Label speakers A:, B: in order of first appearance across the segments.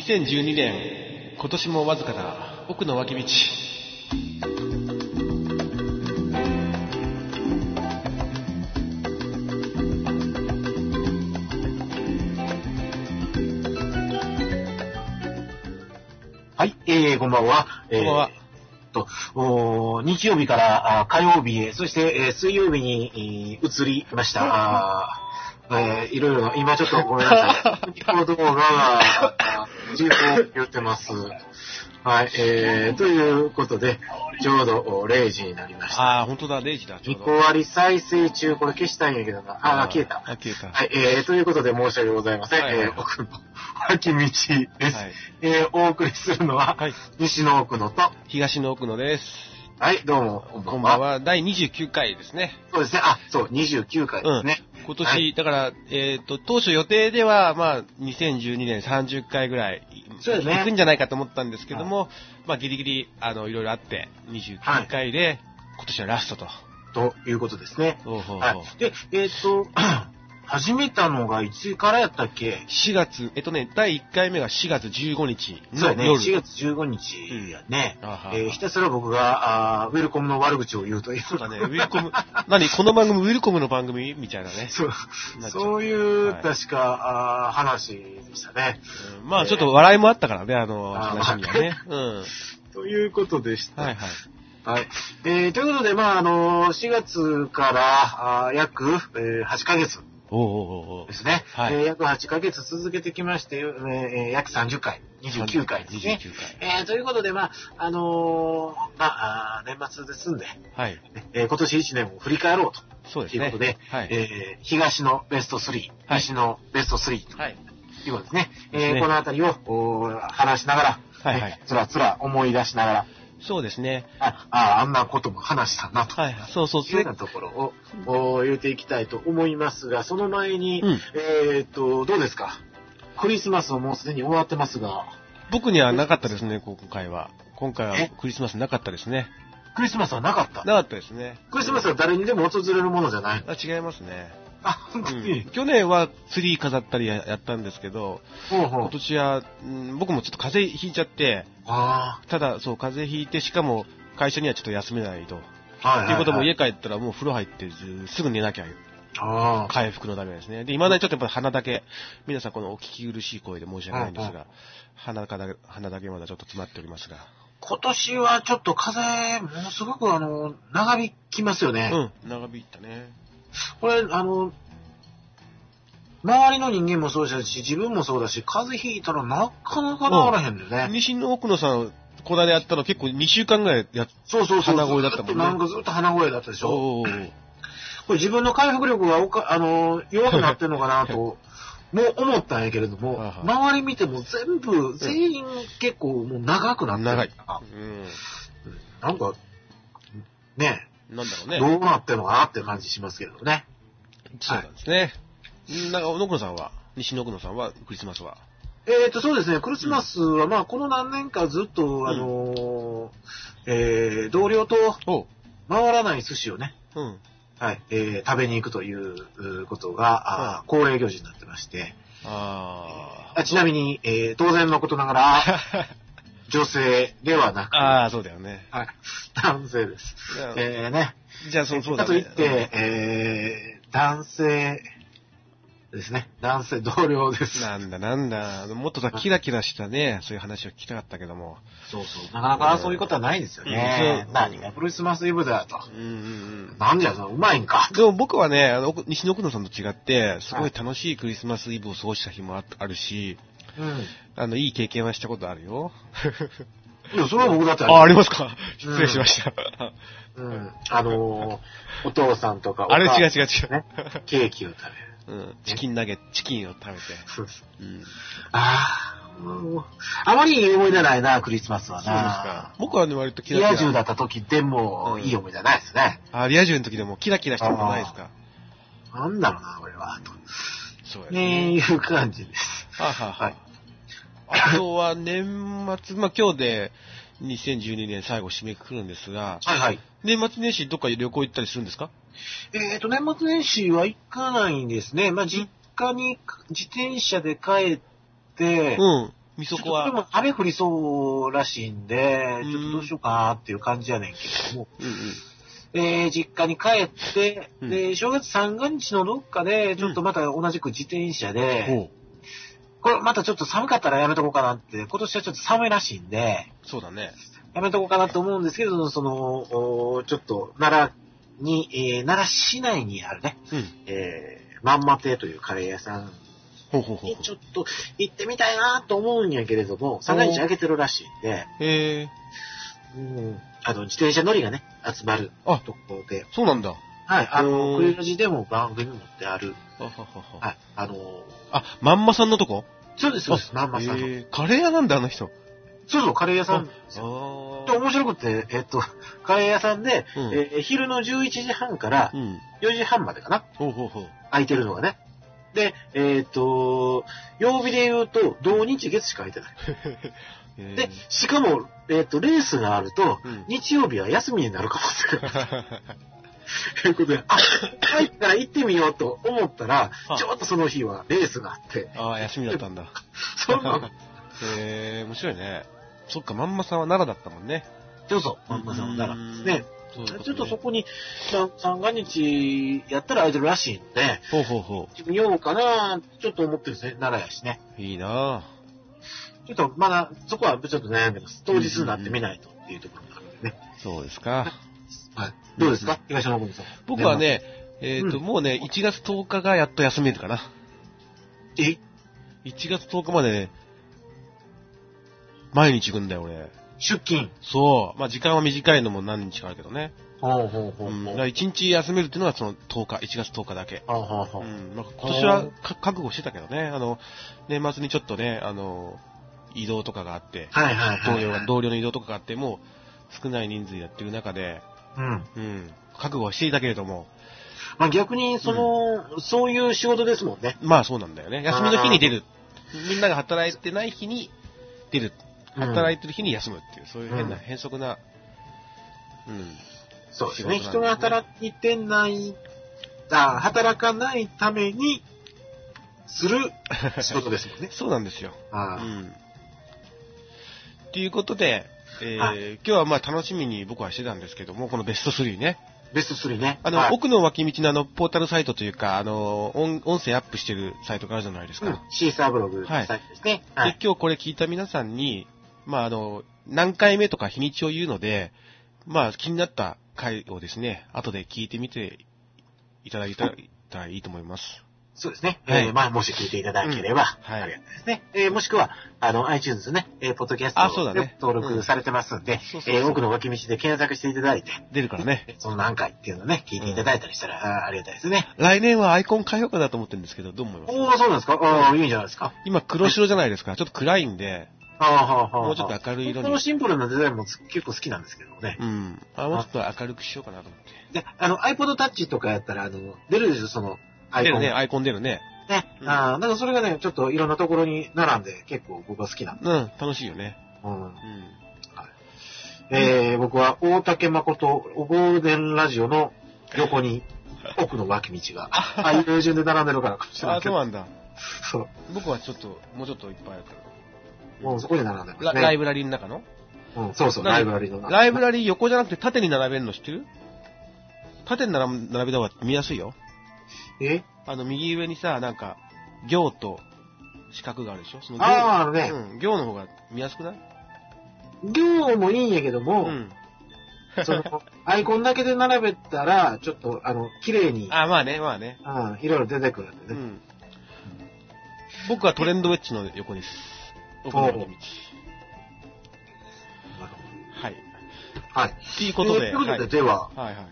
A: 2012年、今年もわずかな奥の脇道。
B: はい、えー、こんばんは。えー
A: こんばんは。
B: とおー日曜日からあー火曜日へ、そして、えー水曜日に、えー移りました。あーえーいろいろ、今ちょっとごめんなさい。このところが、あー人口言ってます。はい、えー、ということで、ちょうどお0時になりました。
A: ああ、本当だ、0時だ、ちょう
B: 2
A: ど。
B: 個割り再生中、これ消したいんやけどな。あー、消えた。
A: あ、消えた。
B: はい、えー、ということで申し訳ございません。
A: はいはい
B: えー、奥の脇道です。
A: はい
B: えー、お送りするのは、
A: はい
B: 西の奥野と、
A: 東の奥野です。
B: はい、どうも、こんば
A: こ
B: ん
A: ん
B: は
A: ばん。は。第29回ですね。
B: そうですね。あ、そう、29回ですね。
A: 今年、
B: はい
A: だから、えっ、と、当初予定では、まあ、2012年30回ぐらい、
B: そうですね
A: 行くんじゃないかと思ったんですけども、まあ、ギリギリ、あの、いろいろあって、29回で、今年はラストと。
B: ということですね。
A: ほうほうほう
B: はい。で、えっ、と、 始めたのがいつからやったっけ
A: 4月、えっとね、第1回目が4月15日
B: そ
A: の
B: うね、
A: 夜。
B: 4月15日やね。
A: うんあはは
B: えーひたすら僕があーウェルコムの悪口を言うという。
A: そうだね、ウィルコム、何この番組、ウィルコムの番組みたいなね。
B: そう
A: なっちゃう
B: そういう、
A: はい
B: 確か、あー話でしたね。
A: うんまあ、ちょっと笑いもあったからね、あの、
B: あー
A: 話にはね。うん。
B: ということでした。
A: はいはい。
B: はい。えーということで、まあ、あの4月から、あー約、えー8ヶ月
A: おうおうおうおう
B: ですね。
A: はい
B: えー約8ヶ月続けてきまして、えーえー約30回、29回ですね。
A: 29回。
B: えーということで、まあ、あのーまあ、あー年末ですんで、
A: はい。
B: えー今年1年を振り返ろうと。
A: そうです
B: とい
A: ね。
B: うことで、
A: はい。
B: えー東のベスト3、
A: はい
B: 西のベスト3と
A: はい。
B: いうことですね。
A: です
B: え
A: ね
B: ーこのあたりをおー話しながら、
A: はいはい
B: ねつらつら思い出しながら、
A: そうですね。
B: ああー、あんなことも話したなと。
A: はい。そうそう。
B: いうようなところをお言っていきたいと思いますが、その前に、
A: うん
B: えーっと、どうですかクリスマスをもうすでに終わってますが、
A: 僕にはなかったですね、今回は。今回は
B: え
A: クリスマスなかったですね。
B: クリスマスはなかった
A: なかったですね。
B: クリスマスは誰にでも訪れるものじゃない。
A: あ違いますね。
B: あ、本当
A: うん
B: に。
A: 去年はツリー飾ったりややったんですけど、
B: ほうほ
A: 今
B: う。
A: 年は、うん僕もちょっと風邪ひいちゃって、
B: あ
A: ただ、そう、風邪ひいて、しかも会社にはちょっと休めないと。
B: あ。は
A: と、い、
B: い
A: うことも
B: え。
A: 家帰ったらもう風呂入ってずすぐ寝なきゃ
B: ああ。
A: 回復のためですね。で、未だにちょっとやっぱ鼻だけ、皆さんこのお聞き苦しい声で申し訳ないんです
B: うんう
A: が、鼻かだけ、鼻だけまだちょっと詰まっておりますが。
B: 今年はちょっと風邪、ものすごくあの、長引きますよね。
A: うん、長引いたね。
B: これ、あの、周りの人間もそうだし、自分もそうだし、風邪ひいたらなかなか治らへんだよね。
A: 西の奥野さん、こないだやったの結構2週間ぐらいやっ
B: そうそうそう。
A: 鼻声だったもんね
B: ずとなんかずっと鼻声だったでしょ。
A: おー
B: これ自分の回復力がおか、あのー弱くなってんの かなと、もう思ったんやけれども、
A: はいはい
B: 周り見ても全部、全員結構もう長くなってる
A: 長い
B: あ
A: う
B: なんか、ね
A: ん。なんだろうね。
B: え、どうなってんのかなって感じしますけどね。
A: そうなんですね。うんなんか、奥野さんは、西の奥野さんは、クリスマスは。
B: えっ、と、そうですね、クリスマスはまあ、この何年かずっと、あのーえー同僚と
A: おう。
B: 回らない寿司をね、
A: うん。
B: はい、えー食べに行くといううことが、あー恒例行事になってまして、
A: あ
B: あちなみに、えー当然のことながら、
A: ー。
B: 女性ではなく、
A: あー、そうだよね。
B: はい、男性です。
A: じゃあ
B: えー、ね。
A: じゃあ、そうそうだ
B: かとい
A: ね
B: っ。て、えー、男性ですね。男性同僚で
A: うん
B: す。
A: なんだなんだ。もっとさ、キラキラしたね、そういう話を聞きたかったけども。
B: そうそう。なかなかそういうことはないんですよね。
A: うん
B: 何がクリスマスイブだよと。
A: うんうん
B: なんじゃ、そのうまいんか
A: うん。。でも僕はね、あの奥西の奥野さんと違って、すごい楽しいクリスマスイブを過ごした日もああるし、
B: うん。
A: あの、いい経験はしたことあるよ。
B: いや、それは僕だって
A: あ、あ
B: れ。
A: りますか失礼しました。
B: うん。あのー、お父さんとかお
A: あれ
B: 母さん
A: 違う違う違う
B: ね。ケーキを食
A: うん、チキン投げ、チキンを食べて。
B: べる。
A: うん、
B: ああ、もうあまりいい思い出ないな、クリスマスはな。
A: 僕はね、割とキ
B: リ
A: ラ
B: ア
A: キ
B: 充
A: ラ。
B: だった時でもいい思い出ないですね。
A: あ、リア充の時でもキラキラしたことないですか
B: なんだろうな、俺は。
A: そうや
B: とねいう感じです。
A: はあはあ
B: はい
A: あとは年末、まあ今日で2012年最後締めくくるんですが、
B: はいはい。
A: 年末年始どっか旅行行ったりするんですか
B: えっ、と、年末年始は行かないんですね。まあ、実家に自転車で帰って、
A: うん。み
B: ちょ
A: そ
B: っ
A: こと
B: で
A: は。
B: も雨降りそうらしいんで、
A: うん
B: ちょっとどうしようかなっていう感じやねんけれども、
A: うんうん。
B: えー実家に帰って、
A: うん
B: で、正月三が日のどっかで、ちょっとまた同じく自転車で、
A: ほう。
B: これまたちょっと寒かったらやめとこうかなって、今年はちょっと寒いらしいんで、
A: そうだね。
B: やめとこうかなと思うんですけど、その、おちょっと奈良に、えー奈良市内にあるね、
A: うん。
B: えー、まんま亭というカレー屋さん
A: ほうほうほう
B: に
A: ほう。
B: ちょっと行ってみたいなと思うんやけれども、三が日開けてるらしいんで、
A: えー、
B: うん、あの、自転車乗りがね、集まる
A: あ
B: ところで、
A: そうなんだ。
B: はい、あの、
A: うん
B: クイラジでも番組に持ってある、
A: あははは
B: はい、あの、
A: あ、まんまさんのとこ
B: そうです、そうです、まんまさんの。
A: えー、カレー屋なんだ、あの人。
B: そうそう、カレー屋さんですよ。
A: あ
B: ちょっと面白くて、えっと、 カレー屋さんで、
A: うん。
B: えー昼の11時半から
A: うん。
B: 4時半までかな、
A: ほうほうほう。
B: 空いてるのがね。で、えっ、と、曜日で言うと、土日月しか空いてない。
A: えー
B: で、しかも、えっ、と、レースがあると、
A: うん。
B: 日曜日は休みになるかもしれない。という ことで、あ、入ったら行ってみようと思ったら
A: は、い
B: ちょっとその日はレースがあって、
A: ああ、休みだったんだ。
B: そ の、
A: えー、面白いね。そっか、まんまさんは奈良だったもんね。
B: どうぞ、まんまさんならですね。
A: そういうとね
B: ちょっとそこに、さ三が日やったら空いてるらしいんで、
A: ほうほうほ
B: 行ってみようかな、ちょっと思ってるんですね。奈良やしね。
A: う。いいな
B: ちょっとまだ、そこはちょっと悩んでます。当日になってみないとっていうところがあるんでね。
A: ぁそうですか。
B: はい。どうですか東山君さん。
A: 僕はね、えっ、と、
B: うん
A: もうね、1月10日がやっと休めるかな。
B: え、
A: 1月10日までね、毎日行くんだよ、俺。
B: 出勤。
A: そう。まあ、時間は短いのも何日かあるけどね。
B: ほうほうほ
A: うん。だから1日休めるっていうのはその10日、1月10日だけ。
B: ほうほうほ
A: う
B: う。
A: ん。なんか今年はか覚悟してたけどね、あの、年末にちょっとね、あの、移動とかがあって、
B: はいはいはい。
A: 同僚が、同僚の移動とかがあって、もう少ない人数やってる中で、
B: うん。
A: うん。覚悟はしていたけれども、
B: まあ逆に、その、そういう仕事ですもんね。
A: まあそうなんだよね。休みの日に出る。みんなが働いてない日に出る。働
B: い
A: いてる日に休むっていう、そういう変な、
B: うん
A: 変則な、うん。
B: そうですね。
A: 仕
B: 人
A: 事
B: が
A: なんですね
B: 働いてない、あ働かないために、す る仕事ですもんね。
A: そうなんですよ。う
B: あ
A: ん。ということで、えー
B: は
A: 今日はまあ楽しみに僕はしてたんですけども、このベスト3ね。
B: あ、ベスト3ね。
A: あの、
B: はい
A: 奥の脇道のあの、ポータルサイトというか、あの、音音声アップしてるサイトがあるじゃないですか。
B: うんシーサーブログ
A: はい
B: サイトですね。はい
A: で。今日これ聞いた皆さんに、まあ、あの、何回目とか日にちを言うので、まあ、気になった回をですね、後で聞いてみていただいたらいいと思います。
B: そうですね。
A: はい
B: えーまあ、もし聞いていただければ、
A: うんはい
B: ありがたいですね。えーもしくは、あの、iTunes ね、えーポッドキャス
A: あそう
B: ト
A: だ
B: で
A: ね
B: 登録されてますんで、
A: そうそうそう
B: えー奥の脇道で検索していただいて、
A: 出るからね。
B: その何回っていうのをね、聞いていただいたりしたら、あーありがたいですね。
A: 来年はアイコン変えようかなと思ってるんですけど、どう思います
B: おー、そうなんですかああ、いいんじゃないですか
A: 今黒白じゃないですか。ちょっと暗いんで、
B: ああ、はあ、はあ。
A: もうちょっと明るい色
B: この
A: に。
B: シンプルなデザインも結構好きなんですけどね。
A: うん。あもうちょっと明るくしようかなと思って。
B: で、あの、iPod Touch とかやったら、あの、出るでしょ、その、アイ
A: 出る
B: コン。
A: ね、
B: ね。
A: アイコン出るね。うん
B: ああ、だからそれがね、ちょっといろんなところに並んで、結構僕は好きなんで。
A: うん、楽しいよね。
B: うん
A: うん。
B: えー、僕は大竹誠、ゴールデンラジオの横に、奥の脇 道が、ああいう順で並んでるからかもしれな
A: あ
B: い、け
A: そう
B: ど、
A: なんだ。
B: そう、
A: 僕はちょっと、もうちょっといっぱいあった
B: もうそこに並んでま
A: ラ
B: すね。
A: ライブラリーの中の
B: うん、そうそう、
A: ラ
B: ラ
A: イ
B: イ
A: ブ
B: ブラリの中。
A: ライブラリー横じゃなくて縦に並べるの知ってる縦に並べ並べた方が見やすいよ。
B: え
A: あの、右上にさ、なんか、行と四角があるでしょその行
B: ああ、あのね、
A: うん、行の方が見やすくない
B: 行もいいんやけど
A: う
B: も、
A: ん。
B: その、アイコンだけで並べたら、ちょっと、あの、綺麗に、
A: あ、まあね、まあね。
B: うん、いろいろ出てくるん
A: う
B: でね。
A: ん。僕はトレンドウェッジの横です。横の道。はい。
B: はい。
A: ということ
B: え
A: で、
B: ーということ
A: は
B: で、
A: い。
B: では、
A: はいはい。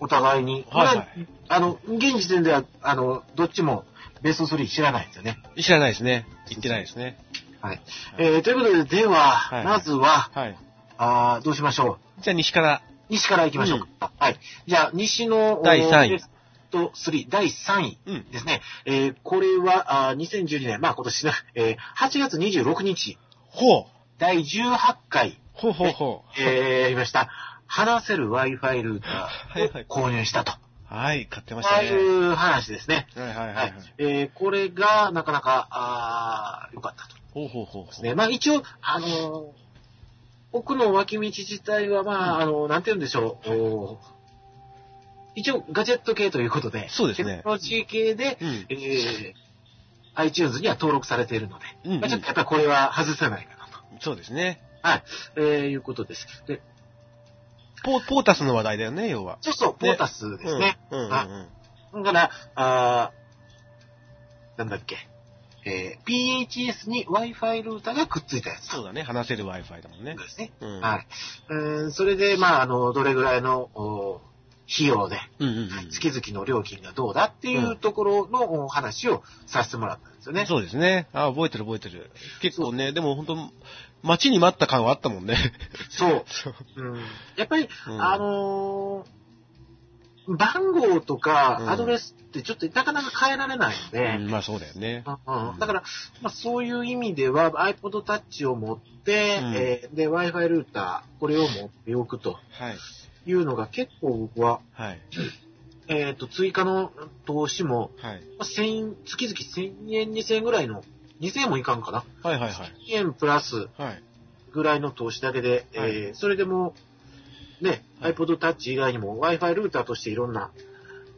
B: お互いに、
A: はい
B: まああの、現時点では、あの、どっちも、ベスト3知らないんですよね。
A: 知らないですね。言ってないですね。
B: はい。えー、ということで、では、
A: い
B: まずは、
A: はい。
B: あーどうしましょ
A: じゃあ西から。
B: う。西から行きましょうか。はい。じゃあ、西の、
A: 第三位
B: ベスト3、第3位
A: うん。
B: ですね。えー、これは、あー2012年、まあ今年な、えー、8月26日、
A: ほう。
B: 第18回、
A: ほうほうほう。
B: えー、やりました。話せる Wi-Fi ルータ
A: はいはい
B: ーを購入したと。
A: はい、買ってました
B: そう
A: ね。
B: いう話ですね。
A: はいはいはい
B: は
A: はいい。。
B: えー、これが、なかなか、あー良かったと。
A: おほうほうほう
B: で
A: ほ
B: す
A: う。
B: ね。まあ一応、あの、奥の脇道自体は、まあ、あの、なんて言うんでしょう。お一応、ガジェット系ということで、
A: そうですね
B: テクノロジー系で、
A: うん。
B: えー、iTunes には登録されているので、
A: うんうん
B: まあ、ちょっとやっぱりこれは外せないかな
A: そうですね。
B: と、えーいうことです。で、
A: ポポータスの話題だよね、要は。
B: そうそう、ポータスですね。
A: うん。うんうんうん。
B: だから、あーなんだっけ、えー PHS に Wi-Fi ルーターがくっついたやつ
A: そうだね、話せる Wi-Fi だもんね。
B: ですね。
A: うん。
B: はい。うんそれで、まあ、あの、どれぐらいの、お費用で、
A: うんうんうん。
B: 月々の料金がどうだっていうところのお話をさせてもらったんですよね。
A: そうですね。あ覚えてる覚えてる。結構ね、でも本当待ちに待った感はあったもんね。
B: そう。うんやっぱり、
A: うん
B: あのー番号と
A: うん
B: かアドレスってちょっとなかなか変えられないので、
A: うんまあそうだよね。
B: うんうんだから、まあ、そういう意味では iPod Touch を持って、
A: うん
B: えーで Wi-Fi ルーター、これを持っておくと
A: はい。
B: いうのが結構僕は、
A: はい。
B: えっ、と、追加の投資も、
A: はい。
B: まあ1000月々1000円、2000円ぐらいの、2000円もいかんかな。
A: はいはいはい。
B: 1000円プラス
A: はい。
B: ぐらいの投資だけで、
A: はい
B: えーそれでも、ね、
A: はい
B: iPod Touch 以外にも Wi-Fi ルーターとしていろんな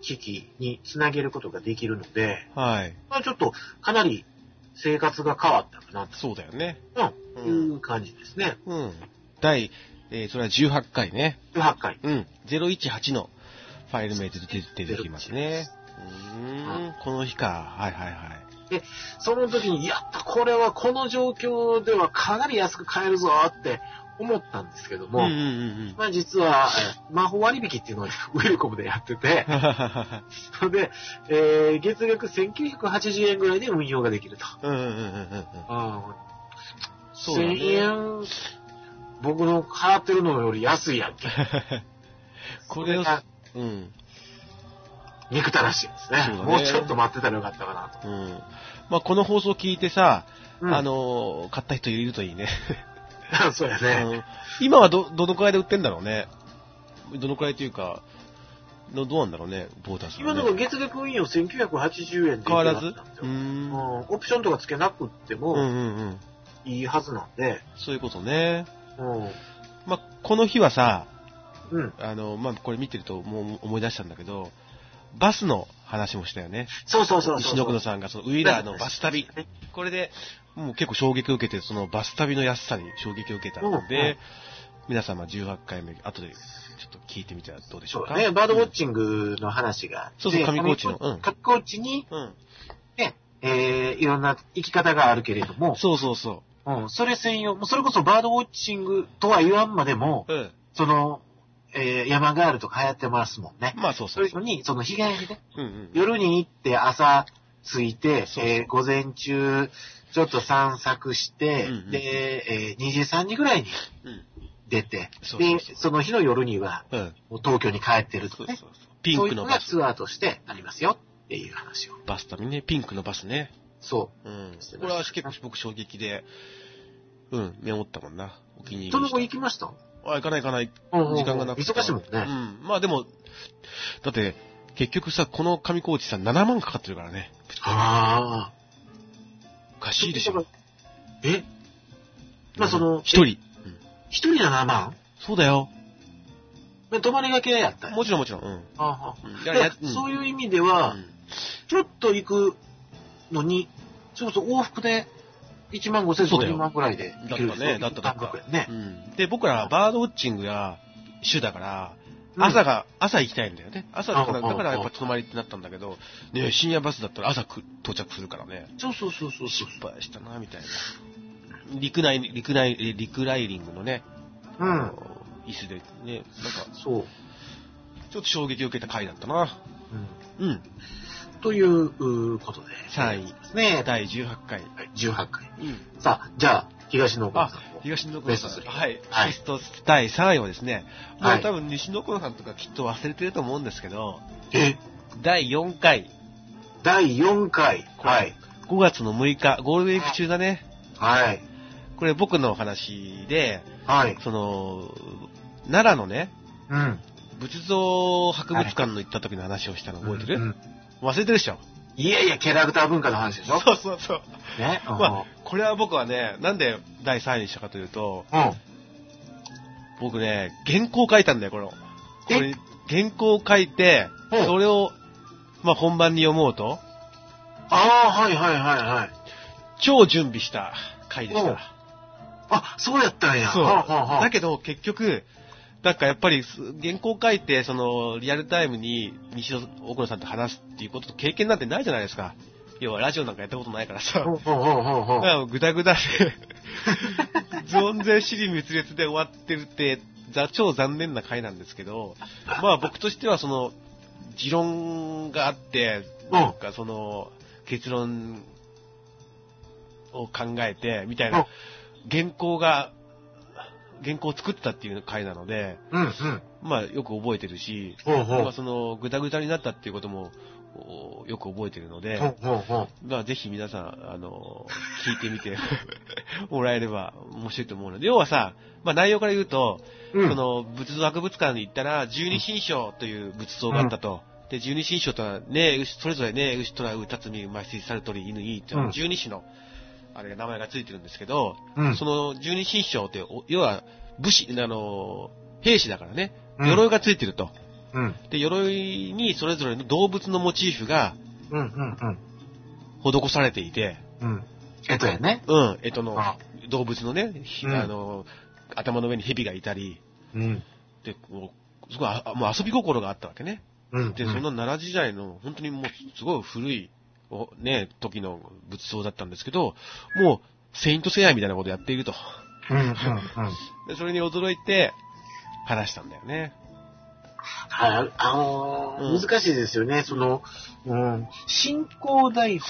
B: 機器につなげることができるので、
A: はい。
B: まあ、ちょっとかなり生活が変わったかなと。
A: そうだよね。
B: うん、いう感じですね。
A: うん。第、えーそれは18回ね。
B: 18回。
A: うん。018のファイル名で出て出てきますね。うーん。この日か。はいはいはい。
B: その時に、やった、これはこの状況ではかなり安く買えるぞって思ったんですけども、
A: うんうんうんうん。
B: まあ実は、えー魔法割引っていうのを ウェルコムでやってて、それ で、えー月額1980円ぐらいで運用ができると。
A: うんうんうんうんうん。
B: うん、
A: そうだね
B: 1000円、僕の払ってるのより安いやんけ。
A: これを、
B: が
A: うん。
B: 憎たらしいです
A: そう
B: ね。
A: だね
B: もうちょっと待ってたらよかったかなと。
A: うん。まあ、この放送聞いてさ、
B: うん
A: あ、のー、買った人いるといいね。
B: そうや
A: う
B: ね。
A: ん今はど、どのくらいで売ってんだろうね。どのくらいというか、どどうなんだろうね、ボータス、ね。
B: 今のところ月額運用1980円で
A: 変わらず
B: いくらだった
A: うん
B: ですよ
A: ん。うん
B: うんオプションとかつけなくって
A: うんう
B: も
A: ん。
B: いいはずなんで、
A: そういうことね。
B: うん
A: まあ、この日はさ、
B: うん、
A: あの、まあ、これ見てるともう思い出したんだけど、バスの話もしたよね。
B: そうそうそうそう
A: 石野久野さんがそのウィーラーのバス旅。これで、もう結構衝撃を受けて、そのバス旅の安さに衝撃を受けたの
B: うんう
A: で
B: ん、
A: 皆様18回目、後でちょっと聞いてみたらどうでし
B: そ
A: ょ
B: う
A: う
B: だ
A: か。
B: ね、バードウォッチングの話があって。
A: そうそう上高地のうん
B: 上高地に、
A: うん。
B: えーいろんな生き方があるけれども、
A: そうそうそ
B: うん、それ専用、もうそれこそバードウォッチングとは言わんまでも、
A: う。うん。
B: その、えー山ガールとか流行ってますもんね。
A: まあそう
B: そ
A: そうう
B: いう
A: そう。
B: のに、その日帰りで、
A: うんうん。
B: 夜に行って朝着いて、
A: そうそう
B: えー午前中ちょっと散策して、
A: うんうん
B: で、えー2時3時ぐらいに
A: うん
B: 出て、
A: そうそうそう
B: で、その日の夜には
A: うん。
B: もう東京に帰ってると
A: そう
B: か
A: そう
B: ね。
A: そう。ピンクの
B: そういうのが
A: バス。
B: ツアーとしてありますよっていう話を。
A: バス旅ね。ピンクのバスね。
B: そ
A: うん。これは結構僕衝撃で、うん、メモったもんな。お気に入り
B: う。
A: に
B: その後行
A: し
B: きました
A: た。あ、行かない行かない。時
B: 時
A: 間がなくて。
B: 忙しいもんね。
A: うん。まあでも、だって、結局さ、この上高地さん7万かかってるからね。
B: ああ。
A: おかしいでしょ。
B: えまあその、
A: 一人。
B: 一人7万
A: そうだよ。
B: で泊まりがけやったんや
A: もちろんもちろん。うん
B: あ
A: うん。だ
B: あ
A: からやうん
B: そういう意味では、
A: うん
B: ちょっと行くのに、それこそ往復で1万5千と
A: そうだよ
B: 2万ぐらいで行ける
A: だったねだっただった
B: 感覚やね。
A: うんで、僕らバードウォッチングが主だから、
B: うん
A: 朝が、朝行きたいんだよね。朝だから、
B: うんう
A: だ
B: んうん
A: からやっぱ泊まりってなったんだけど、ね、深夜バスだったら朝く到着するからね。
B: そうそうそうそうそ
A: 失敗したな、みたいな。リクライ、リクライ、えリクライリングのね、
B: う。う
A: あ
B: ん。
A: の椅子でね、なんか、
B: そ
A: ちょっ
B: う。
A: と衝撃を受けた回だったな。
B: うん、
A: うん。
B: といううことで。
A: 3位。
B: ですね。
A: 第18回。
B: はい18回。
A: うん。
B: さあ、じゃあ、東の岡
A: あ
B: さんも、
A: 東野君さん。
B: ベスト3
A: はい。
B: はい
A: ベスト第3位はですね、も
B: は
A: う
B: い
A: 多分西野君さんとかきっと忘れてると思うんですけど、
B: え、
A: 第4回。
B: 第4回。
A: これ
B: はい。
A: 5月の6日、ゴールデンウィーク中だね。
B: はい。
A: これ僕の話で、
B: はい。
A: その、奈良のね、
B: うん。
A: 仏像博物館の行った時の話をしたの覚えてる、
B: うん
A: 忘れてるでしょ
B: いやいや、キャラクター文化の話でしょ
A: そうそうそう。
B: ね。うん
A: まあ、これは僕はね、なんで第3位にしたかというと、
B: うん。
A: 僕ね、原稿書いたんだよ、この。こ
B: え
A: れ、原稿を書いて、
B: うん
A: それを、まあ、本番に読もうと、
B: ああ、はいはいはいはい。
A: 超準備した回でし
B: うん
A: た。
B: あ、そうやったんや。
A: そう
B: はあはあはあ
A: だけど、結局、なんかやっぱり、す原稿書いて、その、リアルタイムに、西野大野さんと話すっていうことと経験なんてないじゃないですか。要は、ラジオなんかやったことないからさ。
B: ほうほうほうほうほう
A: だからもうグダグダで、 存在知り滅裂で終わってるって、ざ超残念な回なんですけど、まあ僕としてはその、持論があって、
B: うん、
A: なんかその、結論を考えて、みたいうなん原稿が、原稿を作ったっていう回なので、
B: うんうん。
A: まあよく覚えてるし、
B: ほうほ
A: まあ
B: う。
A: その、グダグダになったっていうことも、およく覚えてるので、
B: ほうほうほう。
A: まあ、ぜひ皆さん、あの、聞いてみて もらえれば面白いと思うので、要はさ、まあ内容から言うと、
B: うん。
A: その仏像博物館に行ったら、十二神将という仏像があったと。で、十二神将とは、ねえ、牛それぞれねえ、牛とらう、たつみ、まし、さるとり、犬いいって、
B: うん
A: 十二種の、あれが名前がついてるんですけど、
B: うん
A: その十二神将って、お要は武士、あの、兵士だからね、
B: うん
A: 鎧がついてると。
B: うん。
A: で、鎧にそれぞれの動物のモチーフが
B: うんうんうん。
A: 施されていて、
B: うん。えっとやね。
A: うん、えっとの
B: あ、
A: 動物のね、ひ
B: うん
A: あの、頭の上に蛇がいたり、
B: うん。
A: で、もう、すごいあ、もう遊び心があったわけね。
B: うん。
A: で、その奈良時代の、本当にもう、すごい古い、おね、時の仏像だったんですけど、もう、セイントセイヤみたいなことやっていると。
B: うんうんうん。
A: で、それに驚いて、話したんだよね。
B: はい、あのー
A: うん
B: 難しいですよね。その、うん、進行台本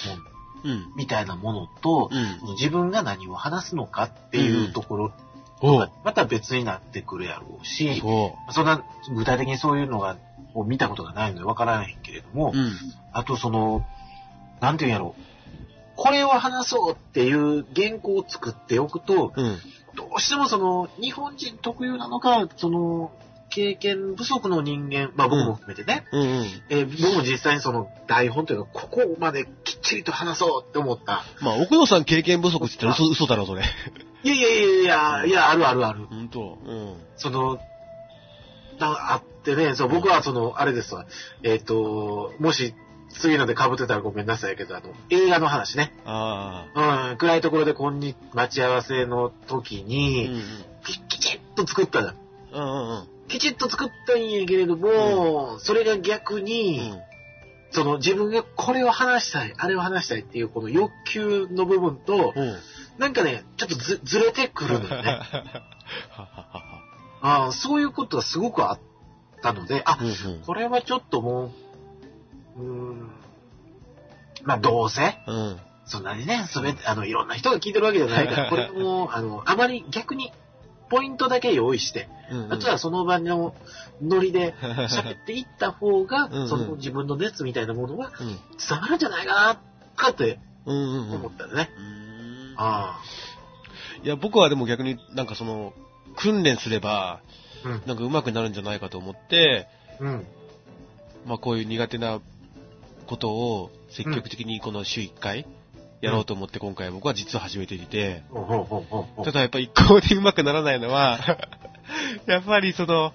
A: うん。
B: みたいなものと
A: う、ん。
B: 自分が何を話すのかっていうところ
A: お
B: がまた別になってくるやろうし、
A: そ
B: そんな具体的にそういうのがを見たことがないのでわからないけれども
A: う。、うん。
B: あとその、なんていうんやろう。これを話そうっていう原稿を作っておくと、
A: うん。
B: どうしてもその、日本人特有なのか、その、経験不足の人間、まあ僕も含めてね、
A: うんうん。
B: えー僕も実際にその台本というか、ここまできっちりと話そうって思った。
A: まあ、奥野さん経験不足って言ったら嘘、嘘だろ、それ。
B: いやいやいやいや、いや、あるあるある。
A: 本当うん。
B: その、なあってね、そう僕はその、あれですわ、えっ、と、もし、次ので被ってたらごめんなさいやけど、あの、映画の話ね。
A: あ
B: うん、暗いところでこんに、待ち合わせの時
A: あ。うんう
B: に、
A: ん。
B: ききちっと作ったじゃん。
A: うんうん
B: きちっと作ったんやけれども、それが逆
A: う
B: に、
A: ん。
B: その自分がこれを話したい、あれを話したいっていうこの欲求の部分と、
A: うん。
B: なんかね、ちょっとずずれてくるのよ ね。あーそういうことがすごくあったので、あ、
A: うんうん
B: これはちょっともう、うーん、まあどうせ、
A: うん
B: そんなにね、それ、あの、いろんな人が聞いてるわけじゃないから、これも、あの、あまり逆に、ポイントだけ用意して、
A: うんうん
B: あとはその場のノリで喋っていった方が、
A: うんうん
B: その自分の熱みたいなものが
A: うん
B: 伝わるんじゃないかな、かって
A: うんうんうん
B: 思ったよね。
A: うん
B: あ
A: いや、僕はでも逆になんかその、訓練すれば、
B: あ。うん。
A: なんか上手くなるんじゃないかと思って、
B: うん。
A: まあこういう苦手なことを積極的にこの週1回やろうと思って今回僕は実は始めていて、
B: ほうほうほうほうほう
A: ただやっぱり一向に上手くならないのは、やっぱりその、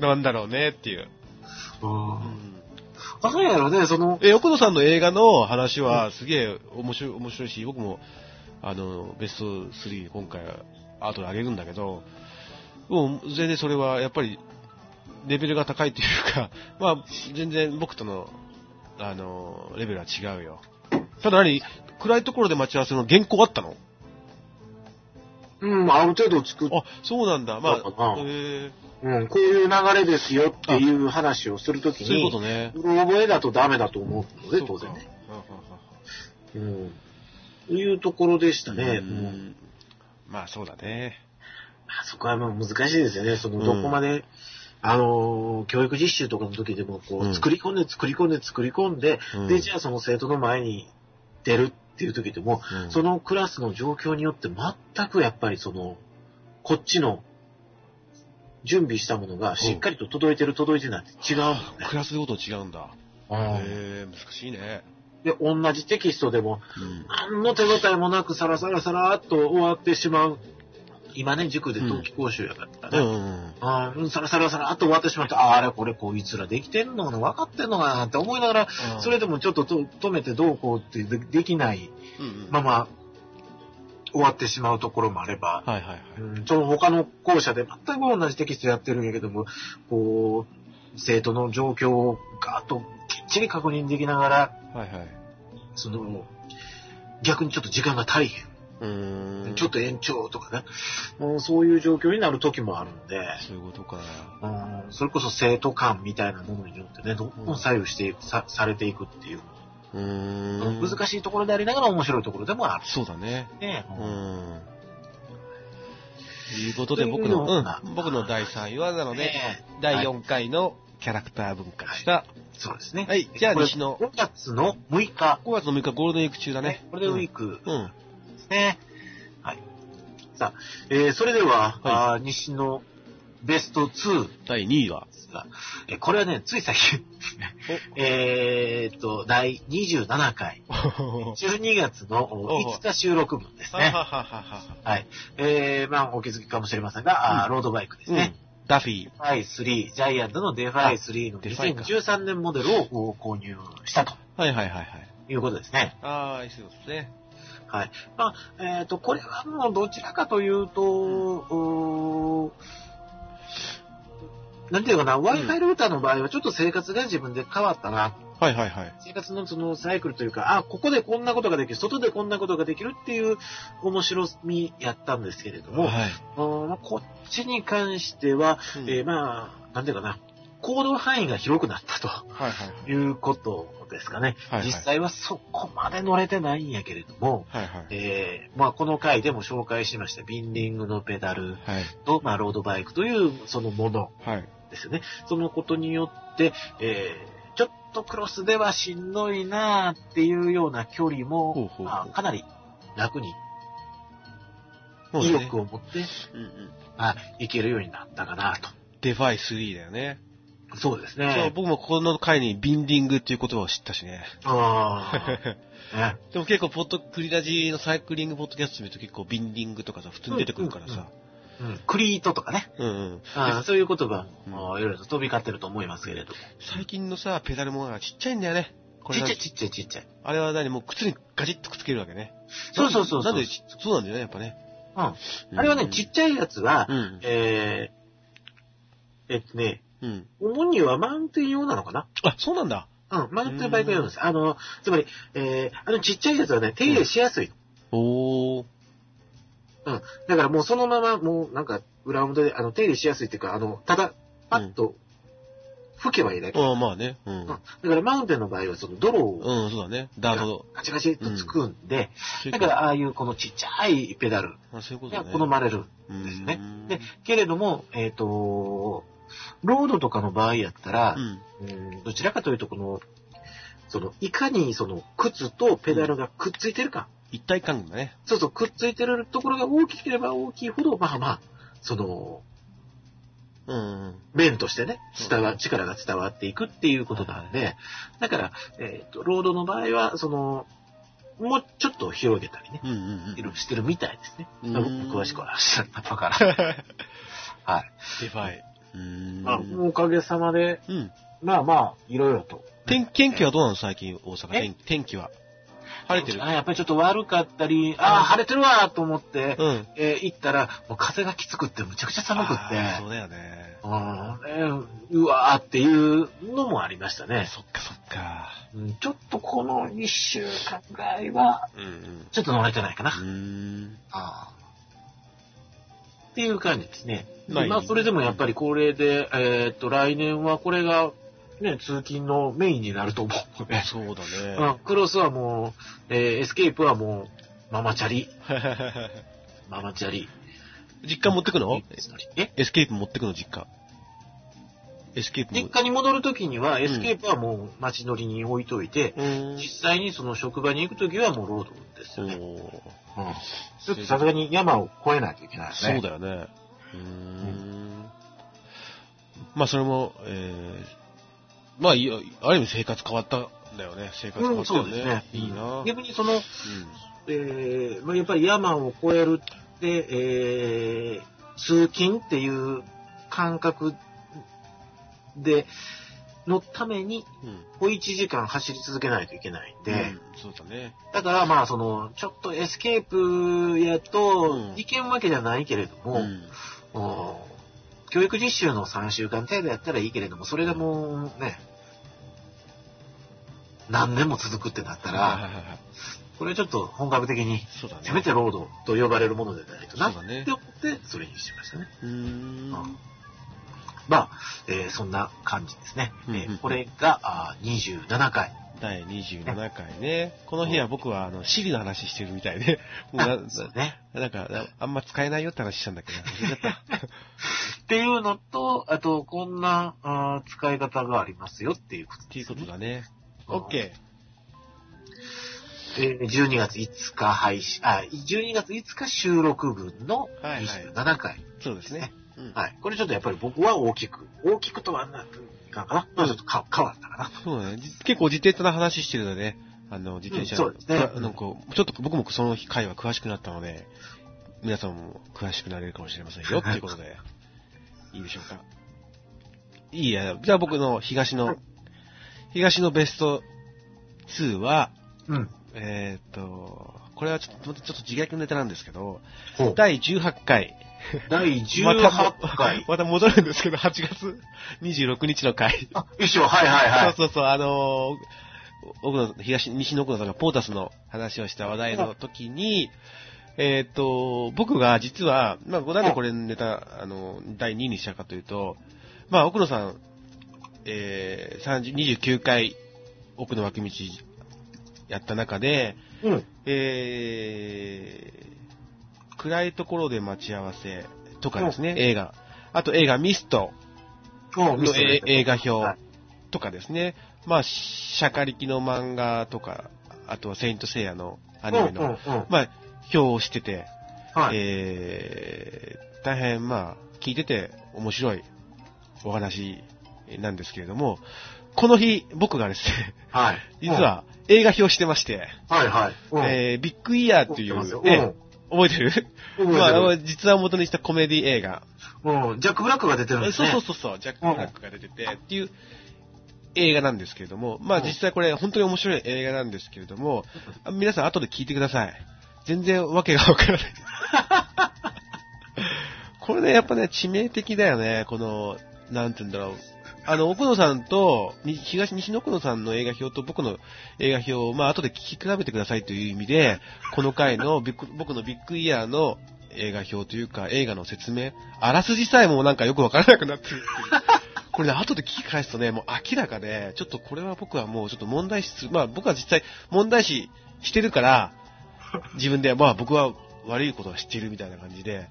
A: なんだろうねっていう。
B: う
A: うんん
B: あそうやろね、その、
A: え、奥野さんの映画の話はすげえ面白い、面白いし、僕も、あの、ベスト3今回アートであげるんだけど、もう全然それはやっぱり、レベルが高いというか、 まあ、全然僕との、あの、レベルは違うよ。ただ何暗いところで待ち合わせの原稿あったの
B: うん、ある程度作っ
A: あ、そうなんだ。ま
B: そうか
A: あ
B: な、
A: え
B: うん、こういう流れですよっていう話をするとき
A: ー、そういう
B: に、
A: ことね。
B: うろ覚えだとダメだと思うので、当然ね。
A: そうか。
B: うん。というところでした
A: うんうんうん
B: ね。
A: う
B: うん
A: んまあ、そうだね。
B: まあそこはもう難しいですよね。その、
A: うん
B: どこまで、あのー教育実習とかの時でも、こ
A: うん
B: う、作り込んで作り込んで作り込んで、
A: うん
B: で、じゃあその生徒の前に出るっていう時でも、
A: うん
B: そのクラスの状況によって全くやっぱりその、こっちの、準備したものがしっかりと届いてる届いてないって違うもんね。
A: クラスごと違うんだ。
B: うん
A: へえ、難しいね。
B: で、同じテキストでも、
A: うん
B: 何の手応えもなくサラサラサラっと終わってしまう。今ね、塾で冬季講習やから
A: う
B: ね。
A: んうん
B: あーうん、サラサラサラっと終わってしまった。あーあれこれこいつらできてんのかな分かってんのかなって思いながら、
A: うん。
B: それでもちょっとと止めてどうこうってでできない
A: うんうん、
B: まま終わってしまうところもあれば、
A: はいはいはい。
B: うん、その他の校舎で全く同じテキストやってるんやけども、こう、生徒の状況をガーッときっちり確認できながら、
A: はいはい。
B: その、逆にちょっと時間が大変。
A: うーん。
B: ちょっと延長とかね。もうそういう状況になる時もあるんで、
A: そういうことか。
B: うん、それこそ生徒間みたいなものによってね、どんどん左右していく、さされていくっていう、
A: うーん。
B: 難
A: しい。
B: しいところでありながら面白いところでもある
A: そうだね。
B: ね。
A: う。
B: うんん
A: ということで、僕
B: というよう
A: の
B: な、
A: うん、僕の第3位は、なので、
B: ね
A: 第4回のキャラクター分化でした。
B: そうですね。
A: はいじゃあ
B: これ
A: 西の
B: 5月の6日。
A: 5月の6日ゴールデンウィーク中だね。
B: これでウィーク
A: うん。うん。
B: ですね。はい。さあ、えーそれでは、
A: は
B: あー西のベスト2で
A: 第2位は、
B: すが、えーこれはね、つい先日ですね、えーっと、第27回、
A: は
B: 12月の5日収録分です
A: は
B: ね。
A: ははは。
B: はい。えー、まあ、お気づきかもしれませんが、あーロードバイクです
A: う
B: ね
A: ん。。ダフィー。
B: デファイ3、ジャイアントのデファイ3の
A: デファイか
B: 2013年モデルをお購入したと
A: はいはいはいはい。
B: いうことですね。
A: ああ、そうですね。
B: はい。まあ、えっ、と、これはもうどちらかというと、うーなんていうかな、Wi-Fi ルーターの場合はちょっと生活が自分で変わったな。
A: はいはいはい。
B: 生活のそのサイクルというか、あ、ここでこんなことができる、外でこんなことができるっていう面白みやったんですけれども、
A: はい。
B: うんまあこっちに関しては、
A: うん
B: えーまあ、なんていうかな、行動範囲が広くなったと
A: はいはいはい。
B: いうことですかね。
A: はいはい
B: 実際はそこまで乗れてないんやけれども、
A: はいはい。
B: えーまあ、この回でも紹介しました、ビンディングのペダル
A: はい。
B: と、まあ、ロードバイクというそのもの
A: はい。
B: ですよね。そのことによって、えーちょっとクロスではしんどいなあっていうような距離も、
A: ほうほうほう
B: まあ、かなり楽に
A: そう
B: 意
A: だね
B: 欲を持って、
A: うんうん。
B: まあ、いけるようになったかな
A: デファイ3だよね。
B: と。そうです
A: そう
B: ね。
A: 僕もこの回にビンディングっていう言葉を知ったしね。
B: あ ーね
A: でも結構、ポッド、クリラジーのサイクリングポッドキャスト見ると結構ビンディングとかさ、普通に出てくるからさ。
B: うんクリートとかね。
A: うんうん。
B: あーそういう言葉
A: うん
B: も、いろいろと飛び交ってると思いますけれど。
A: 最近のさ、ペダルもなんかちっちゃいんだよね。こ
B: ち
A: れ
B: っ
A: なん
B: ちゃいちっちゃいちっちゃい。
A: あれは何もう靴にガチッとくっつけるわけね。
B: そうそうそうそう。
A: なんでち、そうなんだよね、やっぱね。
B: うん
A: うん
B: あれはね、ちっちゃいやつは、
A: うん。
B: えー、えっとね、
A: うん。
B: 主にはマウンテン用なのかな
A: あ、そうなんだ。
B: うん、マウンテンバイク用なんです。あの、つまり、えー、あのちっちゃいやつはね、手入れしやすい。
A: おー。
B: だからもうそのまま、もうなんか、裏表で、あの、手入れしやすいっていうか、あの、ただ、パッと、吹けばいいだけ。
A: ああ、まあね。う
B: うんん。だ。からマウンテンの場合は、その、泥
A: う
B: を、
A: ん、そうだね。ダート。
B: ガチガチっとつくんで、だ
A: 結
B: か
A: 構
B: ら、ああいうこのちっちゃいペダル
A: あそういうこと
B: が
A: ね。
B: 好まれる。
A: うん
B: ですね
A: うん
B: でけれども、えっ、と、ロードとかの場合やったら
A: う、ん。
B: うんどちらかというと、この、その、いかにその、靴とペダルがくっついてるか。
A: 一体感がね。
B: そうそう、くっついてるところが大きければ大きいほど、まあまあ、その、
A: うんうん。
B: 面としてね、伝わ、力が伝わっていくっていうことなんで、だから、えっ、と、ロードの場合は、その、もうちょっと広げたりね、
A: うんうん
B: いろいろしてるみたいですね。
A: うん。
B: 僕も詳しくは知らなかったから。 はい。
A: デファイ。うーん。
B: まあ、もうおかげさまで、
A: うん。
B: まあまあ、いろいろと。
A: 天天気はどうなの最近、大阪。
B: え
A: 天天気は。晴れてる。
B: あやっぱりちょっと悪かったり、ああ、晴れてるわーと思って、
A: うん。
B: えー行ったら、もう風がきつくって、むちゃくちゃ寒くって、
A: あーそうだよね。
B: うんえーうわーっていうのもありましたね。
A: そっかそっか。
B: うんちょっとこの1週間ぐらいは、
A: うんうん。
B: ちょっと乗れてないかな。
A: うーん。
B: あーっていう感じですね。
A: まあ
B: まあ、それでもやっぱりこれで、えーっと、来年はこれが、ね、通勤のメインになると思うので、
A: そうだ
B: う
A: ね。
B: ん、クロスはもう、えーエスケープはもう、ママチャリ、ママチャリ。
A: 実家持ってくの
B: え
A: エスケープ持ってくの実家。エスケープ
B: 実
A: も。
B: 家に戻るときには、エスケープはもう街乗りに置いといて、
A: うーん
B: 実際にその職場に行くときはもうロードですよね。
A: おー
B: うんちょっとさすがに山を越えないといけないです
A: そ
B: ね。
A: うだよね。うーん。まあ、それも、えー、まあ、いやある意味生活変わっただよね、生活変
B: う
A: わ
B: ん、
A: ったよ
B: そう
A: ね。
B: ですね。
A: いいな。
B: 逆にその、えーまあ、やっぱり山を越えるって、えー通勤っていう感覚で、のために、
A: うん。うん。
B: 小1時間走り続けないといけないんで、
A: うん、そうだね。
B: だからまあ、その、ちょっとエスケープやと
A: う、ん
B: いけんわけじゃないけれども、
A: うん。
B: もう教育実習の3週間程度やったらいいけれども、それがもうね、何年も続くってなった
A: はい
B: ら、
A: はいはいはい
B: これはちょっと本格的に、
A: そうだね。
B: せめて労働と呼ばれるものでないとなっ
A: そうだね
B: て思って、それにしましたね。
A: うーん。
B: うんまあ、えーそんな感じですね。
A: うんうん
B: えーこれがあー27回。
A: 第27回ね。この日は僕は、あの、シリの話してるみたい で、もうな
B: あそうね。
A: ななんか、なあんま使えないよって話したんだけど、忘れちゃった。
B: っていうのと、あと、こんなあー使い方がありますよっていうこと
A: っていう
B: です
A: こ
B: ね
A: とだね。
B: うん
A: オッケ
B: えー12月5日配信、あ、12月5日収録分の
A: はいはい
B: 27回。はい
A: ー。そうですね。うん。
B: これちょっとやっぱり僕は大きく、大きくとはなんかな、まあちょっとか変わったかな。
A: そうだね。じ結構自転車の話してるのでね、あの、自転車、
B: うんそうですね
A: あなんか、ちょっと僕もその回は詳しくなったので、皆さんも詳しくなれるかもしれませんよ、ということで。いいでしょうか。いいや、じゃあ僕の東の、東のベスト2は、
B: うん。
A: えーっと、これはちょっと、ちょっと自虐ネタなんですけど、
B: ほう
A: 第18回。
B: 第
A: ま
B: 18
A: た
B: 回。
A: また戻るんですけど、8月26日の回。
B: あ、一緒、はいはいは
A: そう
B: い。
A: そうそう、あのー奥野、東、西の奥野さんがポータスの話をした話題の時に、えーっ、と、僕が実は、まあ、なんでこれネタ、あの、第2位にしたかというと、まあ、奥野さん、えー、30 29回、奥の脇道やった中で、
B: うん。
A: えー、暗いところで待ち合わせとかですね、映画。あと映画ミスト
B: もう見せ
A: の
B: てくれ
A: え映画
B: た
A: 表
B: はい
A: とかですね、まあ、しゃかりきの漫画とか、あとはセイントセイヤのアニメ
B: うんうん
A: の、
B: うん
A: まあ、表をしてて、
B: はい。
A: えー、大変まあ、聞いてて面白いお話なんですけれども、この日、僕がですね、
B: はい。
A: 実は映画表してまして、
B: うん。はいはい。うん
A: えー、ビッグイヤーってい
B: 知って
A: う
B: ますよ、
A: ええ覚えてる
B: うん。
A: まあ、
B: 覚
A: あ
B: え
A: の実は元にしたコメディ映画。
B: てるうん。ジャック・ブラックが出てるん
A: え
B: です
A: そう
B: ね。
A: そうそうそう、ジャック・ブラックが出てて、っていう映画なんですけれども、まあ
B: うん
A: 実際これ本当に面白い映画なんですけれども、あ皆さん後で聞いてください。全然わけがわ からない。これね、やっぱね、致命的だよね、この、なんて言うんだろう。あの、奥野さんと、に東、西の奥野さんの映画表と僕の映画表を、まあ、後で聞き比べてくださいという意味で、この回 のビッグ僕のビッグイヤーの映画表というか、映画の説明、あらすじさえもなんかよくわからなくなってるっていう。これね、後で聞き返すとね、もう明らかで、ちょっとこれは僕はもうちょっと問題視する。まあ僕は実際問題視してるから、自分で、まあ僕は悪いことは知っているみたいな感じで、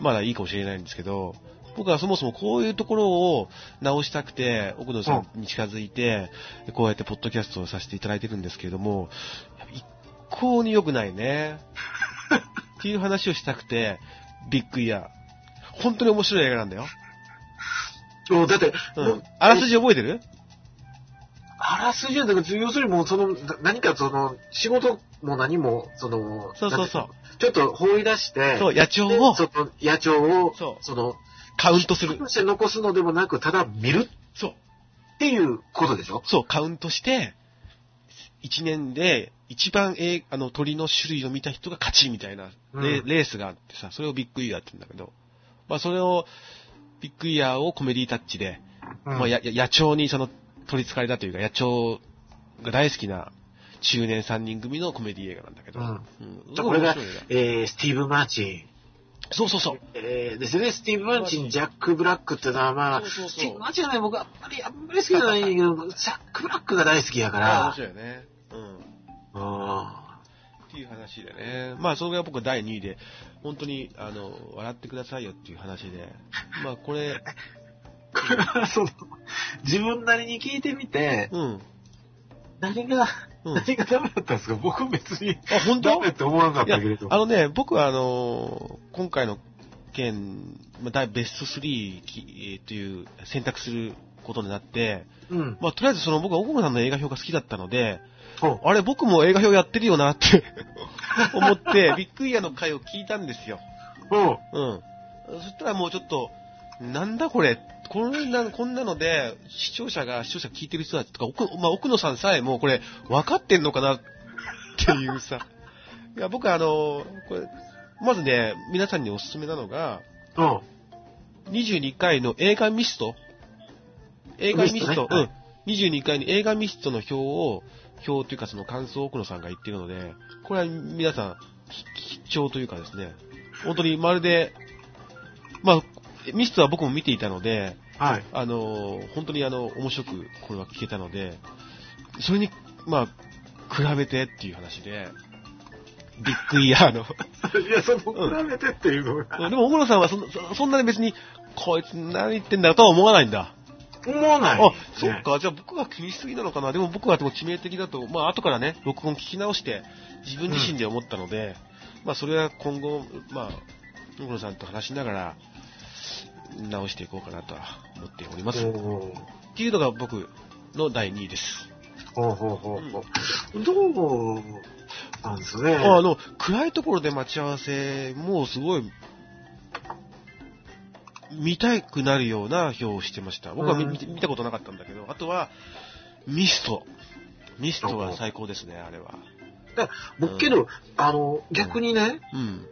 A: まだいいかもしれないんですけど、僕はそもそもこういうところを直したくて、奥野さんに近づいて、こうやってポッドキャストをさせていただいてるんですけれども、やっぱ一向に良くないね。っていう話をしたくて、ビッグイヤー。本当に面白い映画なんだよ。
B: うんだって、
A: う
B: も
A: ん
B: う。
A: あらすじ覚えてる
B: あらすじは、だから、要するにもう、その、な何かその、仕事も何も、その、
A: そうそうそう。
B: う。ちょっと放り出して、
A: そう、野鳥
B: で
A: を
B: その、野鳥を、
A: そう
B: その、
A: カウントする。
B: として残すのでもなく、ただ見る
A: そう。
B: っていうことでしょ
A: そう、カウントして、1年で一番えいあの鳥の種類を見た人が勝ちみたいなレ,、
B: うん
A: レースがあってさ、それをビッグイヤーって言うんだけど、まあそれを、ビッグイヤーをコメディタッチで、
B: うん
A: まあ、やや野鳥にその取り憑かれたというか、野鳥が大好きな中年3人組のコメディ映画なんだけど、
B: うん
A: うん
B: じゃあこれ
A: 面
B: が
A: 白い映画、
B: えー、スティーブ・マーチン。
A: そうそうそう。
B: えー、ですね、スティーブ・マーチン、ジャック・ブラックってのは、まあ、
A: そうそうそう
B: スティーブ・マーチンはね、僕、あんまり、あんまり好きじゃないけど、ジャック・ブラックが大好きやか
A: 面
B: ら、
A: 白いよね。うん。
B: うん。
A: っていう話でね。まあ、それが僕は第2位で、本当に、あの、笑ってくださいよっていう話で。まあ、これ、
B: これはその、自分なりに聞いてみて、
A: うん。
B: 何が、
A: うん
B: 何がダメだったんですか僕別に。
A: あ、本
B: ダ
A: 当
B: メって思わなかっ
A: いや
B: たけれど、
A: あ
B: も。
A: のね、僕はあのー今回の件、まあ、第ベスト3き、えーという選択することになって、
B: うん。
A: まあ、とりあえずその僕は奥野さんの映画表が好きだったので、
B: ほ
A: あれ、僕も映画表やってるよなって 思って、ビッグイヤーの回を聞いたんですよ。
B: う。ほう。
A: うん。そしたらもうちょっと、なんだこれ、こんな、こんなので、視聴者が、視聴者聞いてる人たちとか、奥,、まあ、奥野さんさえもうこれ、分かってんのかなっていうさ。いや、僕あの、これ、まずね、皆さんにおすすめなのが、
B: ほ
A: 22回の映画ミスト映画ミス
B: ミス
A: ト
B: ト、ねは
A: うん。22回に映画ミストの表を、表というかその感想を奥野さんが言ってるので、これは皆さん、き貴重というかですね、本当にまるで、まあ、ミストは僕も見ていたので、
B: う。はい。
A: あのー本当にあの、面白くこれは聞けたので、それに、まあ、比べてっていう話で、ビッグイヤーの。
B: いや、その、比べてっていうの
A: うん
B: が、
A: でも、小野さんはそんなそそんなに別に、こいつ何言ってんだろうとは思わないんだ。
B: 思わない。
A: あ、そっ。か、じゃあ僕が気にしすぎなのかな。でも僕はでも致命的だと、まあ後からね、録音聞き直して、自分自身で思ったので、まあそれは今後、まあ、小野さんと話しながら、直していこうかなとは思っております。っ
B: ほう。
A: ていうのが僕の第2位です。
B: ほうほうほうほう。どうなんですね。
A: あの、暗いところで待ち合わせ、もうすごい、見たくなるような表をしてました。僕は見,
B: うん
A: 見て、見たことなかったんだけど、あとは、ミスト。ミストは最高ですね、あれは。
B: 僕けど、あの、逆にね、
A: うん。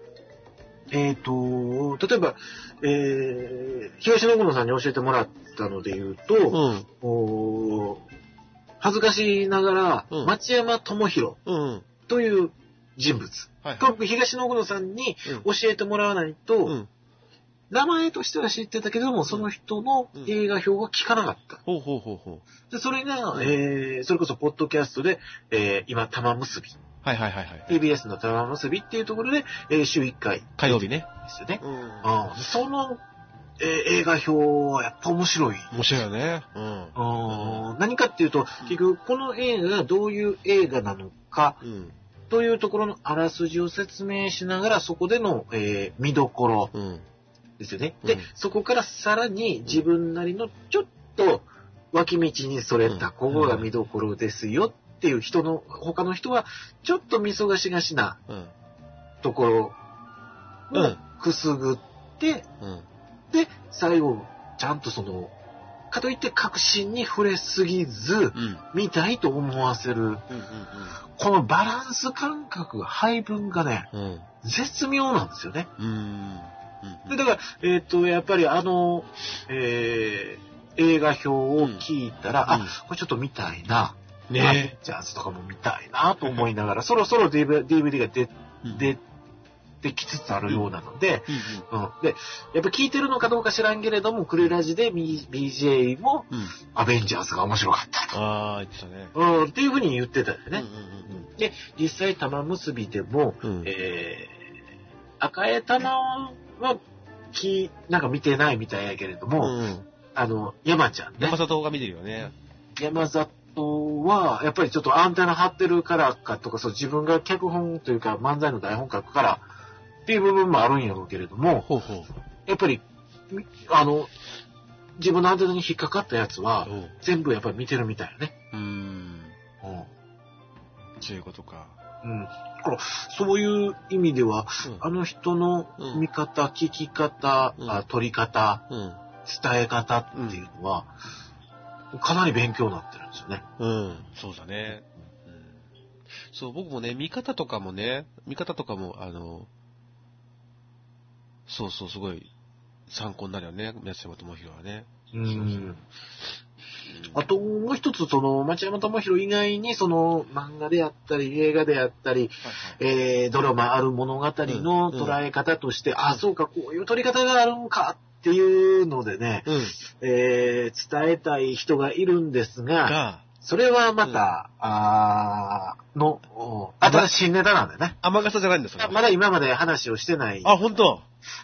B: えっ、と、例えば、えー、東野野さんに教えてもらったので言う
A: う
B: と、
A: ん。
B: おー恥ずかしながら、
A: うん
B: 町山智博
A: うん。
B: という人物。
A: はい、
B: と
A: はい。
B: 僕、東野野さんに
A: うん
B: 教えてもらわないと、
A: うん。
B: 名前としては知ってたけども、その人の
A: うん
B: 映画表が聞かなかった。
A: ほうほうほうほう。
B: で、それが、
A: うん
B: えー、それこそ、ポッドキャストで、えー、今、玉結び。
A: はいはいはいはい。
B: TBS の玉結びっていうところで、えー、週1回で
A: 火曜日ね。
B: すよね。
A: うん。
B: うんその、えー映画表はやっぱ面白い。
A: 面白いよね。うん。
B: うん何かっていうと、結局この映画がどういう映画なのか
A: うん。
B: というところのあらすじを説明しながらそこでの、えー見どころ
A: うん。
B: ですよね。
A: うん
B: で、そこからさらに自分なりのちょっと脇道にそれ
A: う
B: た、
A: ん
B: ここが見どころですよっていう人の、他の人はちょっと見そがしがしな
A: うん。
B: ところ
A: う
B: を
A: ん
B: くすぐって、
A: うん。
B: で、最後、ちゃんとその、かといって確信に触れすぎず、
A: うん。
B: 見たいと思わせる、
A: うん。
B: このバランス感覚、配分がね、
A: うん。うん。
B: 絶妙なんですよね。
A: うん。
B: で、だから、えっ、と、やっぱりあの、えー映画表を聞いた
A: う
B: ら、
A: ん
B: あ、これちょっと見たいな。
A: ね
B: アベンジャーズとかも見たいなと思いながら、そろそろ DV DVD が出、
A: うん、
B: 出てきつつあるようなので、
A: うん
B: うん。で、やっぱ聞いてるのかどうか知らんけれども、クレラジで B- BJ も
A: うん。うん。
B: アベンジャーズが面白かった。
A: ああ、言ってたね。
B: うん、っていうふうに言ってたよね。
A: うんうん
B: で、実際玉結びでも、
A: うんうん。
B: えー、赤江玉は、き、なんか見てないみたいやけれども、
A: うん
B: あの、山ちゃんね
A: 山。里が見てるよね。
B: 山里は、やっぱりちょっとアンテナ張ってるからかとか、そう、自分が脚本というか漫才の台本書くから、っていう部分もあるんやろうけれども、
A: ほうほう。
B: やっぱり、みあの、自分のアンテナに引っかかったやつは、
A: う
B: 全部やっぱり見てるみたいよね。
A: ーん。
B: う
A: そういうことか。
B: ん。うん。だから、そういう意味では、あの人の
A: うん
B: 見方、聞き方、
A: うん
B: あ取り方、
A: うん。
B: 伝え方っていうのは、かなり勉強になってるんですよね。
A: うん。そうだね。うんそう、僕もね、見方とかもね、見方とかも、あの、そうそう、すごい参考になるよね、宮島智弘はね。
B: うん。あと、もう一つ、その、町山智博以外に、その、漫画であったり、映画であったり、えードラマある物語の捉え方として、あ、そうか、こういう撮り方があるんかっていうのでね、
A: うん。
B: えー伝えたい人がいるんですが、
A: が、
B: それはまた、あーの、お新しいネタなんでね。
A: 甘笠じゃないんですよ。
B: まだ今まで話をしてない、
A: あ、本当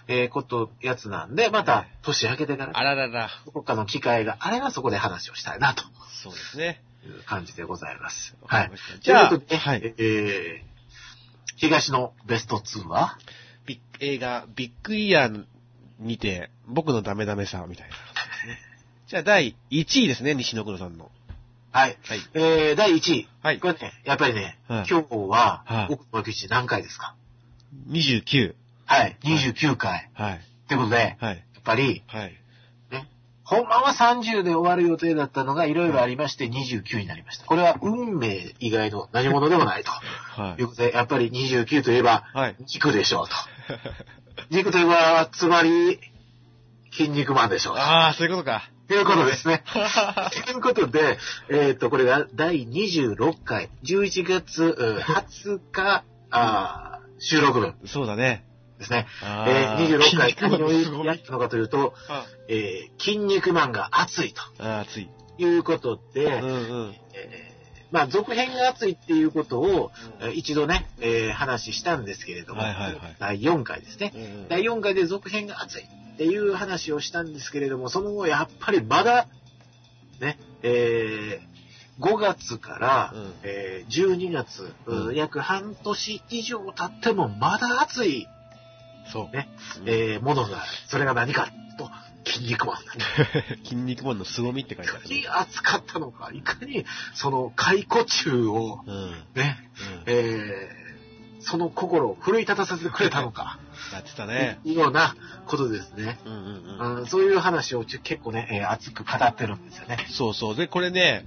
B: えーこと、やつなんで、また、年明けてから、
A: あららら。
B: どこかの機会があればそこで話をしたいな、と
A: そうですね。
B: いう感じでございます。
A: わか
B: は
A: り
B: い
A: ま。した
B: じ
A: じ
B: ゃ
A: ゃ
B: あ、
A: あ、はい。
B: えー東のベスト2は
A: ビッ 映画、ビッグイヤーにて、僕のダメダメさ、みたいな。じゃあ第1位ですね、西野黒さんの。
B: はい。
A: はい。
B: えー、第1位。
A: はい。
B: これね、やっぱりね、
A: はい
B: 今日は、
A: はい
B: 奥の口何回ですか
A: 29。
B: はい、29回。
A: はい。
B: ってことで、や
A: はい。
B: っぱり、
A: はい。
B: 本番は30で終わる予定だったのがいろいろありまして29になりました。これは運命以外の何物でもないと。
A: は
B: と
A: い。
B: いうことで、やっぱり29といえば、
A: はい。
B: 軸でしょうと。軸といえば、つまり、筋肉マンでしょう と。
A: ああ、そういうこと か。
B: ということですね。ということで、えっ、と、これが第26回、11月うー20日、あー収録分
A: そうだね。
B: ですね。えー
A: あー
B: 26回、
A: 筋肉
B: 何
A: マ
B: を
A: ンすご
B: やっ
A: い。
B: たのかというと、
A: あ
B: えー筋肉マンが熱いと
A: あー、熱い。
B: いうこと
A: うん
B: で、
A: うん。
B: えーまあ、続編が熱いっていうことを、えー一度ね、えー話したんですけれども、
A: はいはいはい
B: 第4回ですね。
A: うん
B: 第4回で続編が熱いっていう話をしたんですけれども、その後やっぱりまだ、ね、えー5月から、
A: うん
B: えー12月、
A: うん
B: 約半年以上経ってもまだ熱い、
A: そう。
B: ね
A: うん
B: えーものがある。それが何かと、筋肉マンだ。
A: 筋肉マンの凄みって書い
B: い
A: てあ る
B: かに
A: ね。
B: 熱かったのか、いかにその解雇中を
A: うん。うん。
B: ね、えーその心を奮い立たせてくれたのか、
A: やってたね。
B: いうようなことですね。
A: うんうんうん。
B: うんそういう話をちょ結構ね、えー熱く語ってるんですよね。
A: そうそう。で、これね、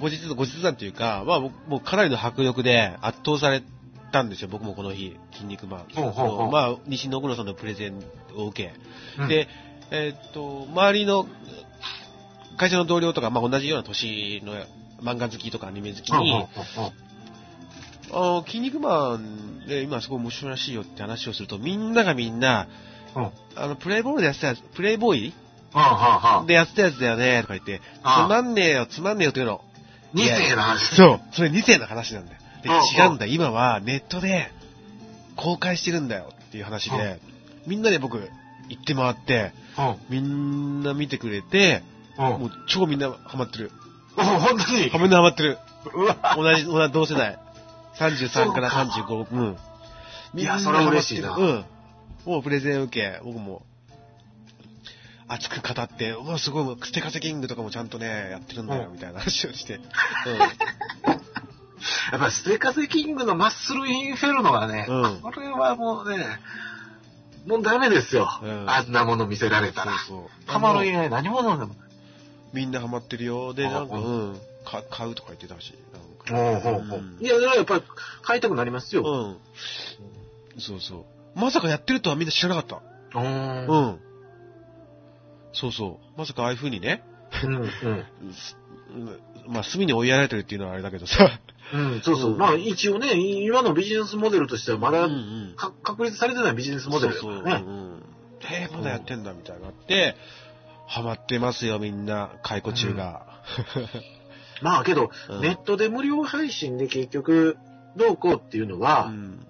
A: 後日、後日談というか、まあ僕もうかなりの迫力で圧倒されたんですよ、僕もこの日、筋肉マン。
B: ほうほうほう
A: まあ、西野黒さんのプレゼンを受け。
B: うん
A: で、えーっと、周りの会社の同僚とか、まあ同じような年の漫画好きとかアニメ好き
B: うんうんうん
A: に、
B: うん
A: あー筋肉マンで今すごい面白いらしいよって話をすると、みんながみんな、
B: うん
A: あの、プレイボールでやってたやつ、プレイボーイ
B: はんはんはん
A: でやってたやつだよね、とか言って、つ
B: ああ
A: まんねえよ、つまんねえよって言うの。
B: 二世の話。
A: そう。それ2世の話なんだよ。で、
B: うんうん
A: 違うんだ。今はネットで公開してるんだよっていう話で、みんなで僕行って回って、
B: うん
A: みんな見てくれて、
B: うん
A: もう超みんなハマってる。
B: うん本当に
A: ハマんなハマってる。
B: うわ
A: 同じ、同じ同世代。33から35。うん。
B: いやそれは嬉しいな
A: みんハマってるうん。もうプレゼン受け、僕も。熱く語って、うわ、すごい、ステカセキングとかもちゃんとね、やってるんだよ、
B: うん
A: みたいな話を して。うん。
B: やっぱステカセキングのマッスルインフェルノはね、
A: うん
B: これはもうね、もうダメですよ。
A: うん
B: あんなもの見せられたら。
A: そうそう。
B: たまのいない何者でもない。
A: みんなハマってるよ。で、
B: あ
A: なんか、
B: う
A: うん。か買うとか言ってたし。なんか
B: ほうほうほういや、だからやっぱり買いたくなりますよ。
A: うん。そうそう。まさかやってるとはみんな知らなかっ
B: う
A: た。
B: ん
A: う。ん。そうそう。まさかああいう風にね、
B: うん。うん。
A: すうんまあ、隅に追いやられてるっていうのはあれだけどさ。
B: うん。そうそうう。
A: ん
B: まあ一応ね、今のビジネスモデルとしてはま
A: う
B: だ
A: ん。
B: か確立されてないビジネスモデルだか
A: そうそう。う
B: らね。
A: ん。えー、まだやってんだみたいになって、ハマってますよ、みんな。解雇中が。
B: まあけど、
A: うん
B: ネットで無料配信で結局、どうこうっていうの
A: う
B: は、
A: ん。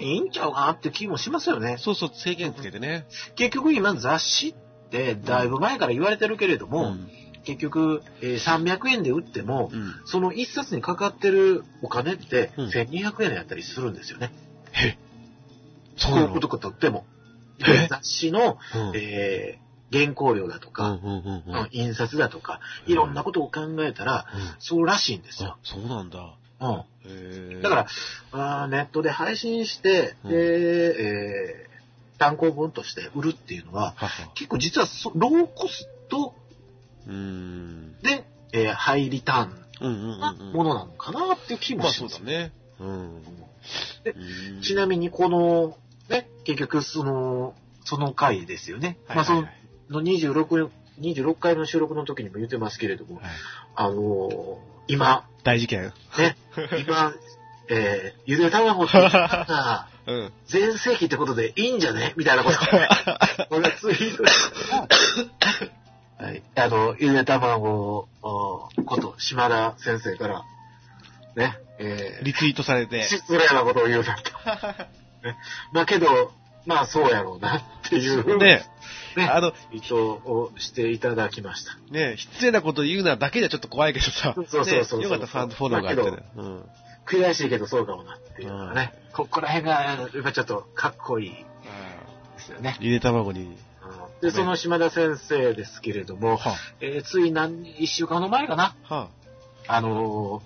B: いいんちゃうかなって気もしますよね。
A: そうそう、制限つけてね。
B: 結局今雑誌って、だいぶ前から言われてるけれども、
A: ん。
B: 結局、えー300円で売っても、
A: うん。
B: その一冊にかかってるお金って、
A: うん
B: 1200円やったりするんですよね。
A: そ
B: 広告とかとっても。
A: え
B: 雑誌の、
A: うん
B: えー原稿料だとか、
A: うんうんうんうん
B: うん印刷だとか、いろんなことを考えたら、
A: うん
B: そうらしいんですよ
A: あ。、そうなんだ。
B: うん
A: へー
B: だから、あーネットで配信して、
A: うん
B: で、えー単行本として売るっていうのは、
A: はは
B: 結構実はそローコスト
A: うーん。
B: で、えーハイリタ
A: うんうん
B: ーンな
A: うんうん。
B: ものなのかなっていう気
A: ま
B: も
A: あ
B: し
A: そう
B: ます
A: だ。ね。うん。
B: で
A: うん
B: ちなみに、この、ね、結局、その、その回ですよね。
A: はいはいはい
B: まあ、その26、26回の収録の時にも言ってますけれども、
A: はい
B: あのー今、
A: 大事件。
B: ね、今、えー、ゆで卵って言った ら、
A: うん。
B: 全盛期ってことでいいんじゃねみたいなことを俺はツイートした はい。あの、ゆで卵をこと、島田先生から、ね、えー、
A: リツイートされて。
B: 失礼なことを言うなと。ねまあけど、まあそうやろうなっていう、
A: ね、
B: ね
A: あの、
B: 意図をしていただきました。
A: ね、失礼なこと言うなだけじゃちょっと怖いけどさ。
B: そうそうそうそう
A: ねよかった、ファンフォローがあって
B: だ
A: ね。うん。
B: 悔しいけどそうかもなっていうのがね、ここら辺が、やっぱちょっとかっこいい
A: あ
B: ですよね。
A: ーゆで卵に
B: うんで、その島田先生ですけれども、
A: は
B: えーつい何、一週間の前かな、
A: あ、は
B: あのー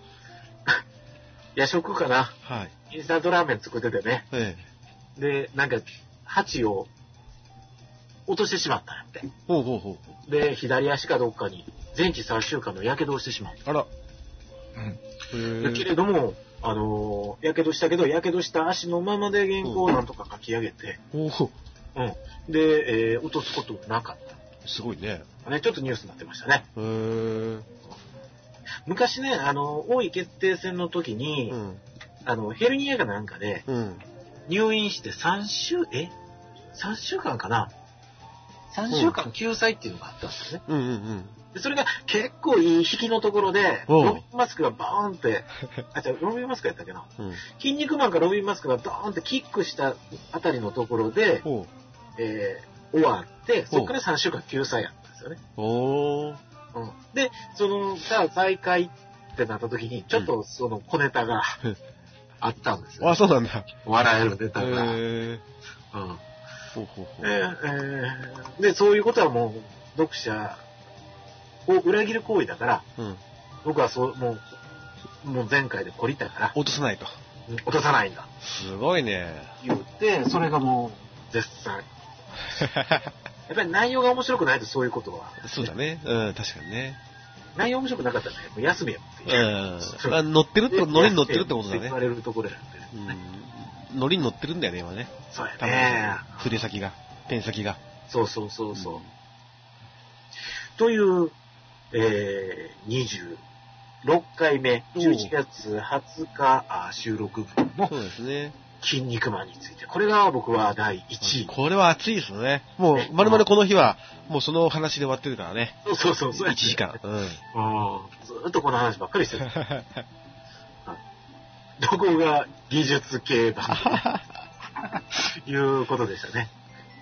B: 夜食かな、
A: あ、はい。
B: インスタントラーメン作っててね、
A: ええ。
B: で、なんか、鉢を落としてしまったんやって。
A: ほうほうほう。
B: で、左足かどっかに、全治3週間の火傷をしてしまう。
A: あら。
B: うん
A: へ
B: だけ
A: え。
B: れども、あのー、やけどしたけど、やけどした足のままで原稿をなんとか書き上げて、
A: おお、
B: うん。で、えー落とすこともなかっ
A: すごいね。
B: た。ね、ちょっとニュースになってましたね。
A: へえ。うん。
B: 昔ね、あの、王位決定戦の時に、あの、ヘルニアかなんかで、
A: うん。
B: 入院して3週、え ?3 週間かな ?3 週間救済っていうのがあったんですよね。
A: うんうんうん。
B: でそれが結構いい引きのところで、
A: おう
B: ロビン・マスクがバーンって、あ、違う、ロビン・マスクやったっけな。
A: うん。
B: 筋肉マンかロビン・マスクがドーンってキックしたあたりのところで、
A: ほ
B: えー終わって、そこから3週間救済やったんですよね。
A: う。おお。
B: うん、で、その、じゃあ再開ってなった時に、ちょっとその小ネタがあったんですよ、
A: あ、そうなんだ。
B: 笑えるネタが。
A: へえ。
B: うん
A: ほうほうほ
B: え
A: う。
B: ーえーで、そういうことはもう、読者を裏切る行為だから、
A: うん。
B: 僕はそう、もう、もう前回で懲りたから、
A: 落とさないと。
B: 落とさないんだ。
A: すごいね。
B: 言って、それがもう、絶賛。やっぱり内容が面白くないとそういうことは。
A: そうだね。うん、確かにね。
B: 内容面白くなかったらね、もう休めよって
A: う
B: 言う。
A: ん
B: そう。
A: あ乗ってると、乗りに乗ってるってことだ
B: 言
A: ね
B: わ。れるところなんでね。
A: うん。乗りに乗ってるんだよね、今ね。
B: そうや
A: 多分
B: ね。
A: 筆先が、ペン先が。
B: そうそうそうそう。
A: うん
B: という、えー、26回目、11月20日あ収録分の
A: そうですね。
B: 筋肉マンについて。これが僕は第1位。
A: これは熱いですね。もう、まるまるこの日は、もうその話で終わってるからね。
B: そうそうそう、そうや
A: 1
B: ね
A: 時間。うん。
B: うんずーっとこの話ばっかりしてる。どこが技術 系だということでしたね。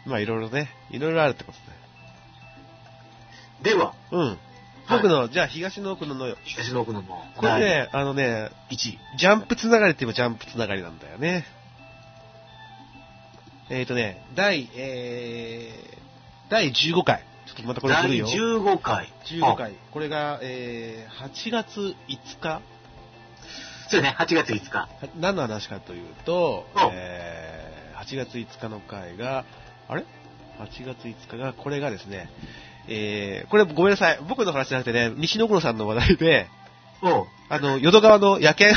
A: まあ、いろいろね、いろいろあるってことね。
B: では、
A: うん。
B: はい
A: 僕の、じゃあ東の奥ののよ。
B: 東の奥のも
A: これ
B: 第
A: ね、あのね、
B: 1位。
A: ジャンプつながりって言えばジャンプつながりなんだよね。えっ、ー、とね、第、えー、第15回。ちょっとまたこれ
B: 第
A: 古いよ。
B: 15回。
A: 15。回。これが、えー、8月5日
B: そうね、8月5日。
A: は何の話かというと
B: うん、
A: えー8月5日の回が、あれ ?8 月5日が、これがですね、えーこれごめんなさい、僕の話じゃなくてね、西野黒さんの話題で、
B: おう
A: あの、淀川の野犬。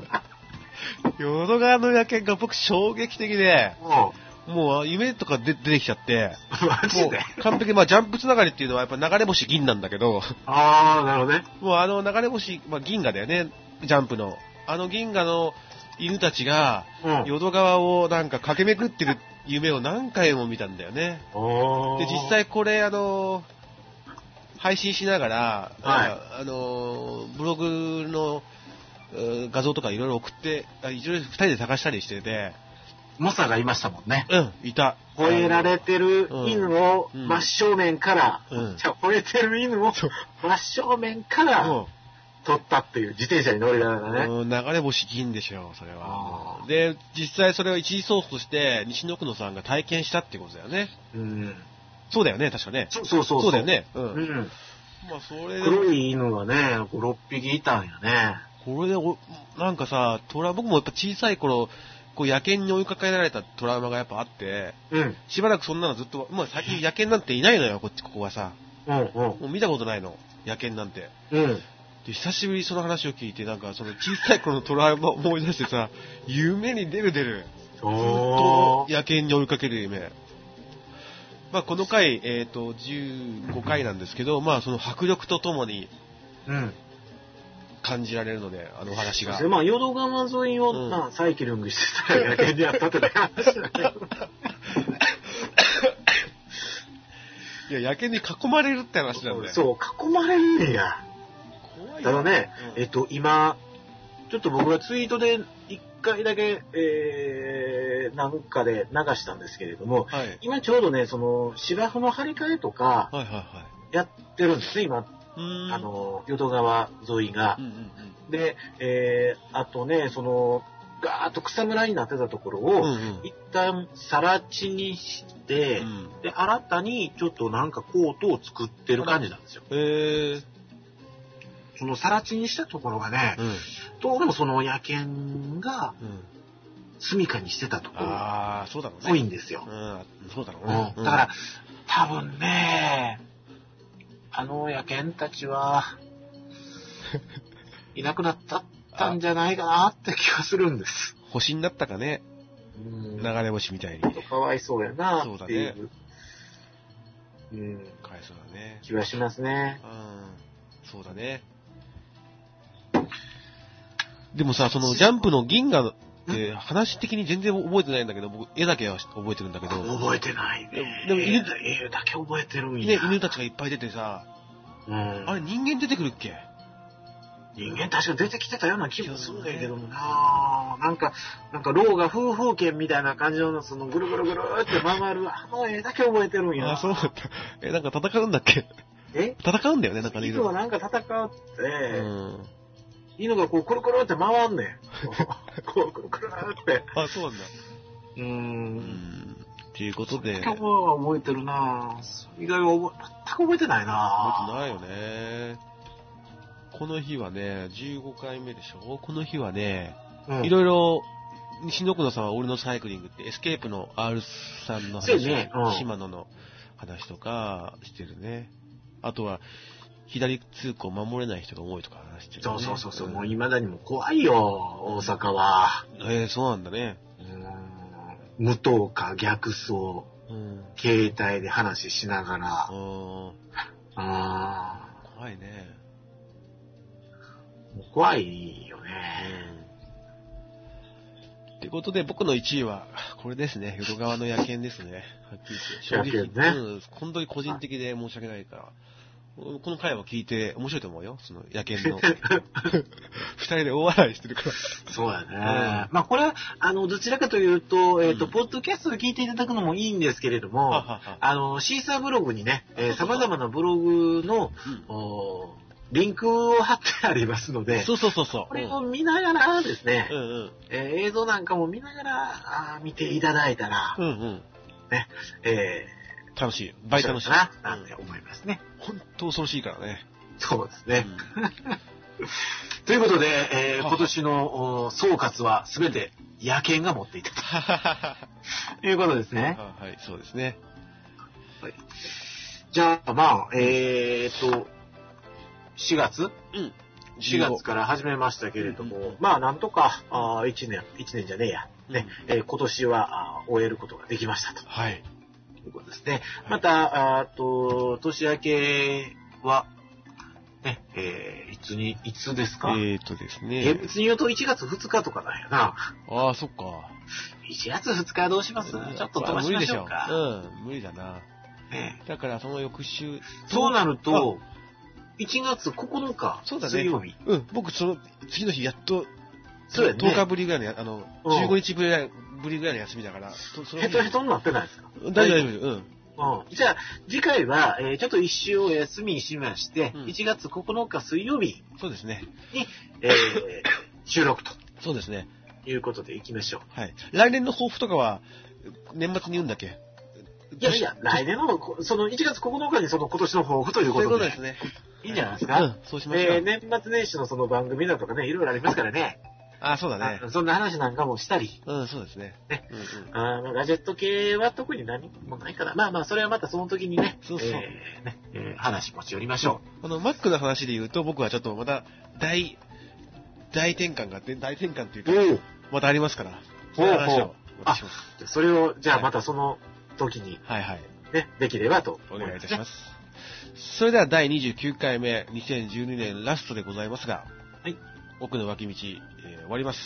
A: 淀川の野犬が僕衝撃的で、
B: おう
A: もう夢とかで出てきちゃって、
B: マジ
A: も
B: で
A: う完璧に、まあジャンプつながりっていうのはやっぱ流れ星銀なんだけど、
B: ああ、なるほどね。
A: もうあの流れ星、まあ、銀河だよね、ジャンプの。あの銀河の犬たちが、
B: うん。
A: 淀川をなんか駆け巡ってる夢を何回も見たんだよね。
B: おー
A: で、実、際これ、あの、配信しながら、
B: はい
A: ああの、ブログのえー画像とかいろいろ送って、あいろいろ二人で探したりしてて、
B: 猛者がいましたもんね。
A: うん、いた。
B: 吠えられてる犬を
A: うん
B: 真正面から、
A: うん
B: じゃあ吠えてる犬を
A: そう
B: 真正面から
A: も
B: 撮ったっていう自転車に乗りなが
A: う、
B: らね。
A: うん流れ星銀でしょ、それ
B: あ
A: は
B: ー。
A: で、実際それを一時ソースとして、西野奥野さんが体験したってことだよね。
B: うん。
A: そうだよね、確かね。
B: そうそうそう。
A: そうだよ。ね。う。
B: うんん。
A: まあ、それで、
B: 黒い犬がね、こう6匹いたんやね。
A: これでお、なんかさ、トラ、僕もやっぱ小さい頃、こう野犬に追いかけられたトラウマがやっぱあって、
B: うん。
A: しばらくそんなのずっと、まあ最近野犬なんていないのよ、こっち、ここはさ。
B: うん
A: もう見たことないの、野犬なんて。
B: うん。うん。
A: で、久しぶりにその話を聞いて、なんかその小さい頃のトラウマを思い出してさ、夢に出る出る。ずっと
B: おー。
A: 野犬に追いかける夢。まあこの回、えっ、と、15回なんですけど、まあその迫力とともに
B: うん。
A: 感じられるので、あのお話が
B: で、。まあ、淀川沿いを、
A: うん
B: まあ、サイキリングしてたら、野犬 にやったって だけの話だね。
A: いや、野犬に囲まれるって話なんだよ。
B: そう、囲まれんねや。
A: 怖い
B: た
A: よ
B: だね、
A: うん
B: えっと、今、ちょっと僕がツイートで一回だけ、えー、なんかで流したんですけれども、
A: はい。はい
B: 今ちょうどね、その、芝生の張り替えとか
A: はいは
B: やってるんです、
A: い。
B: 今、
A: うーん。
B: あ、の、淀川沿いが
A: うん。うんうん。
B: で、えー、あとね、その、ガーッと草むらになってたところ
A: う
B: を、
A: んうん。
B: 一旦さら地にして、
A: うん
B: で、新たにちょっとなんかコートを作ってる感じなんですよ。
A: えー、
B: そのさら地にしたところがね
A: う、ん。
B: どうでもその野犬が
A: うん。
B: 住処にしてたところっ
A: ああ、そうだろうね。
B: ぽいんですよ。
A: うん、そうだろうね。
B: うんだから、多分ね、あの野犬た ちは、いなくなったったんじゃないかなって気がするんです。
A: うん、星になったかね、
B: うん
A: 流れ星みたいに。
B: ちょっとかわいそうやなっていう
A: そう
B: うん、
A: かわいそうだね。
B: 気はしますね。
A: うん、そうだね。でもさ、そのジャンプの銀河って話的に全然覚えてないんだけど、僕、絵だけは覚えてるんだけど、
B: 覚えてないね。
A: でも犬
B: 犬だけ覚えてるん
A: ね
B: や。、
A: 犬たちがいっぱい出てさ、
B: うん、
A: あれ人間出てくるっけ
B: 人間確か出てきてたような気もするんだけどもななんか、なんか、老が夫婦犬みたいな感じの、その、ぐるぐるぐるって回る、あの絵だけ覚えてるんや。
A: あ、そうだった。え、なんか戦うんだっけ
B: え
A: 戦うんだよね、なんかね。
B: 犬はなんか戦って、
A: うん。
B: 犬がこう、くるくるって回ん ねん。こう、くるくるって。
A: あ、そうなんだ。
B: う。
A: うんん。ということで、
B: 全
A: 覚
B: くは覚えてるなぁ。以外は覚え、全く覚えてない
A: えて
B: なぁ。
A: ないよね。この日はね、15回目でしょこの日はね、
B: うん
A: いろいろ、西野久野さんは俺のサイクリングって、エスケープの R さんの
B: そう
A: 話、
B: ねうん
A: 島野の話とかしてるね。あとは、左通行守れない人が多いとか話してる、ね。
B: そうそうそうそう、
A: ん
B: もう未だにも怖いよ、大阪は。
A: えー、そうなんだね。
B: うん無党か逆走、
A: うん。
B: 携帯で話しながら。
A: あ
B: あ
A: ー怖いね。
B: ー怖いよ
A: う
B: ね。
A: ん。ってことで、僕の1位は、これですね。淀川の野犬ですね。はっきり言って。
B: 野犬ね
A: うん。本当に個人的で申し訳ないから。この回を聞いて面白いと思うよ。その野 犬の。二人で大笑いしてるから。
B: そうやね。まあこれは、あの、どちらかというと、えっ、と、
A: うん
B: ポッドキャストで聞いていただくのもいいんですけれども、あの、シーサーブログにね、えー、
A: そうそう
B: 様々なブログの、おリンクを貼ってありますので、
A: そうそうそうそう。
B: これを見ながらですね、
A: うんうん
B: えー映像なんかも見ながら、あー見ていただいたら
A: う、んうん。
B: え
A: 楽しい。
B: ー、
A: 倍楽しい。
B: 面白いかな、なんて思いますね。
A: 本当恐ろしいからね。
B: そうです
A: う
B: ね。
A: ん
B: ということで、えー
A: はい
B: 今年のお総括は全て野犬が持っていた
A: は
B: ということですね。
A: い、そうですね。
B: じゃあ、まあ、えー、と、4月
A: うん。
B: 4月から始めましたけれども、
A: うんうんうん
B: まあなんとかあ1年、1年じゃねえや、ねえー今年はあー終えることができましたと
A: はい。
B: いうことですね。
A: はい
B: また、あーと年明けは、ねえーいつに、いつですか、
A: えーとです
B: 厳
A: ね。
B: 密に言うと1月2日とかなんやな。
A: ああ、そっか。
B: 1月2日はどうしますちょっと飛ばしましょ
A: あ
B: うか。
A: 無理でしょ。うん、無理だな。
B: ね
A: だからその翌週。
B: そうなると、1月9日、
A: そうだね
B: 水曜日。
A: うん、僕その次の日やっと、
B: そうやね
A: 10日ぶりぐらいのや、あの、
B: うん
A: 15日ぶりぐらいぶりぐらいの休みだから。そその
B: ヘ
A: 日
B: トヘトになってないですか
A: うん大丈夫、大丈夫。うん。
B: うんじゃあ、次回は、えーちょっと一周お休みにしまして、
A: うん
B: 1月9日水曜日、
A: そうですね。
B: えー収録と
A: そうですね。
B: いうことでいきましょ
A: はい。来年の抱負とかは、年末に言うんだっけ
B: う。いやいや、来年の、こその1月9日にその今年の抱負という
A: そ
B: こ
A: ういう
B: と
A: こと
B: で、
A: ですね。
B: いいんじゃないです
A: う
B: か。
A: ん、そうしましょう。
B: えー年末年始のその番組だとかね、いろいろありますからね。
A: あ、そうだね
B: あ。そんな話なんかもしたり、
A: うん、そうですね。
B: ね
A: うんうん
B: あのガジェット系は特に何もないから、まあまあ、それはまたその時にね、
A: そうそう
B: えーねえー話持ち寄りましょ
A: このマックの話で言うと、僕はちょっとまた大、大転換があって、大転換っていう
B: う。
A: か、
B: お
A: またありますから、
B: ほう
A: そ
B: ほう
A: の話をお願いします。
B: それを、じゃあまたその時に
A: はいはい。
B: ね、できればと
A: お
B: 思
A: 願
B: い
A: い
B: ま
A: い
B: す
A: た
B: ね、
A: します。それでは第29回目、2012年ラストでございますが、
B: はい
A: 奥の脇道、えー終わります。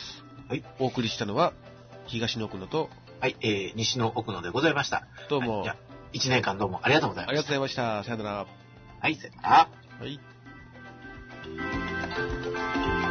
B: はい
A: お送りしたのは、東の奥野と、
B: はい、えー、西の奥野でございました。
A: どうも、
B: はいじゃあ一年間どうもありがとうござい
A: あ
B: ま
A: りが
B: し
A: とうございました。さよなら。
B: た。はい、さよなら。
A: はい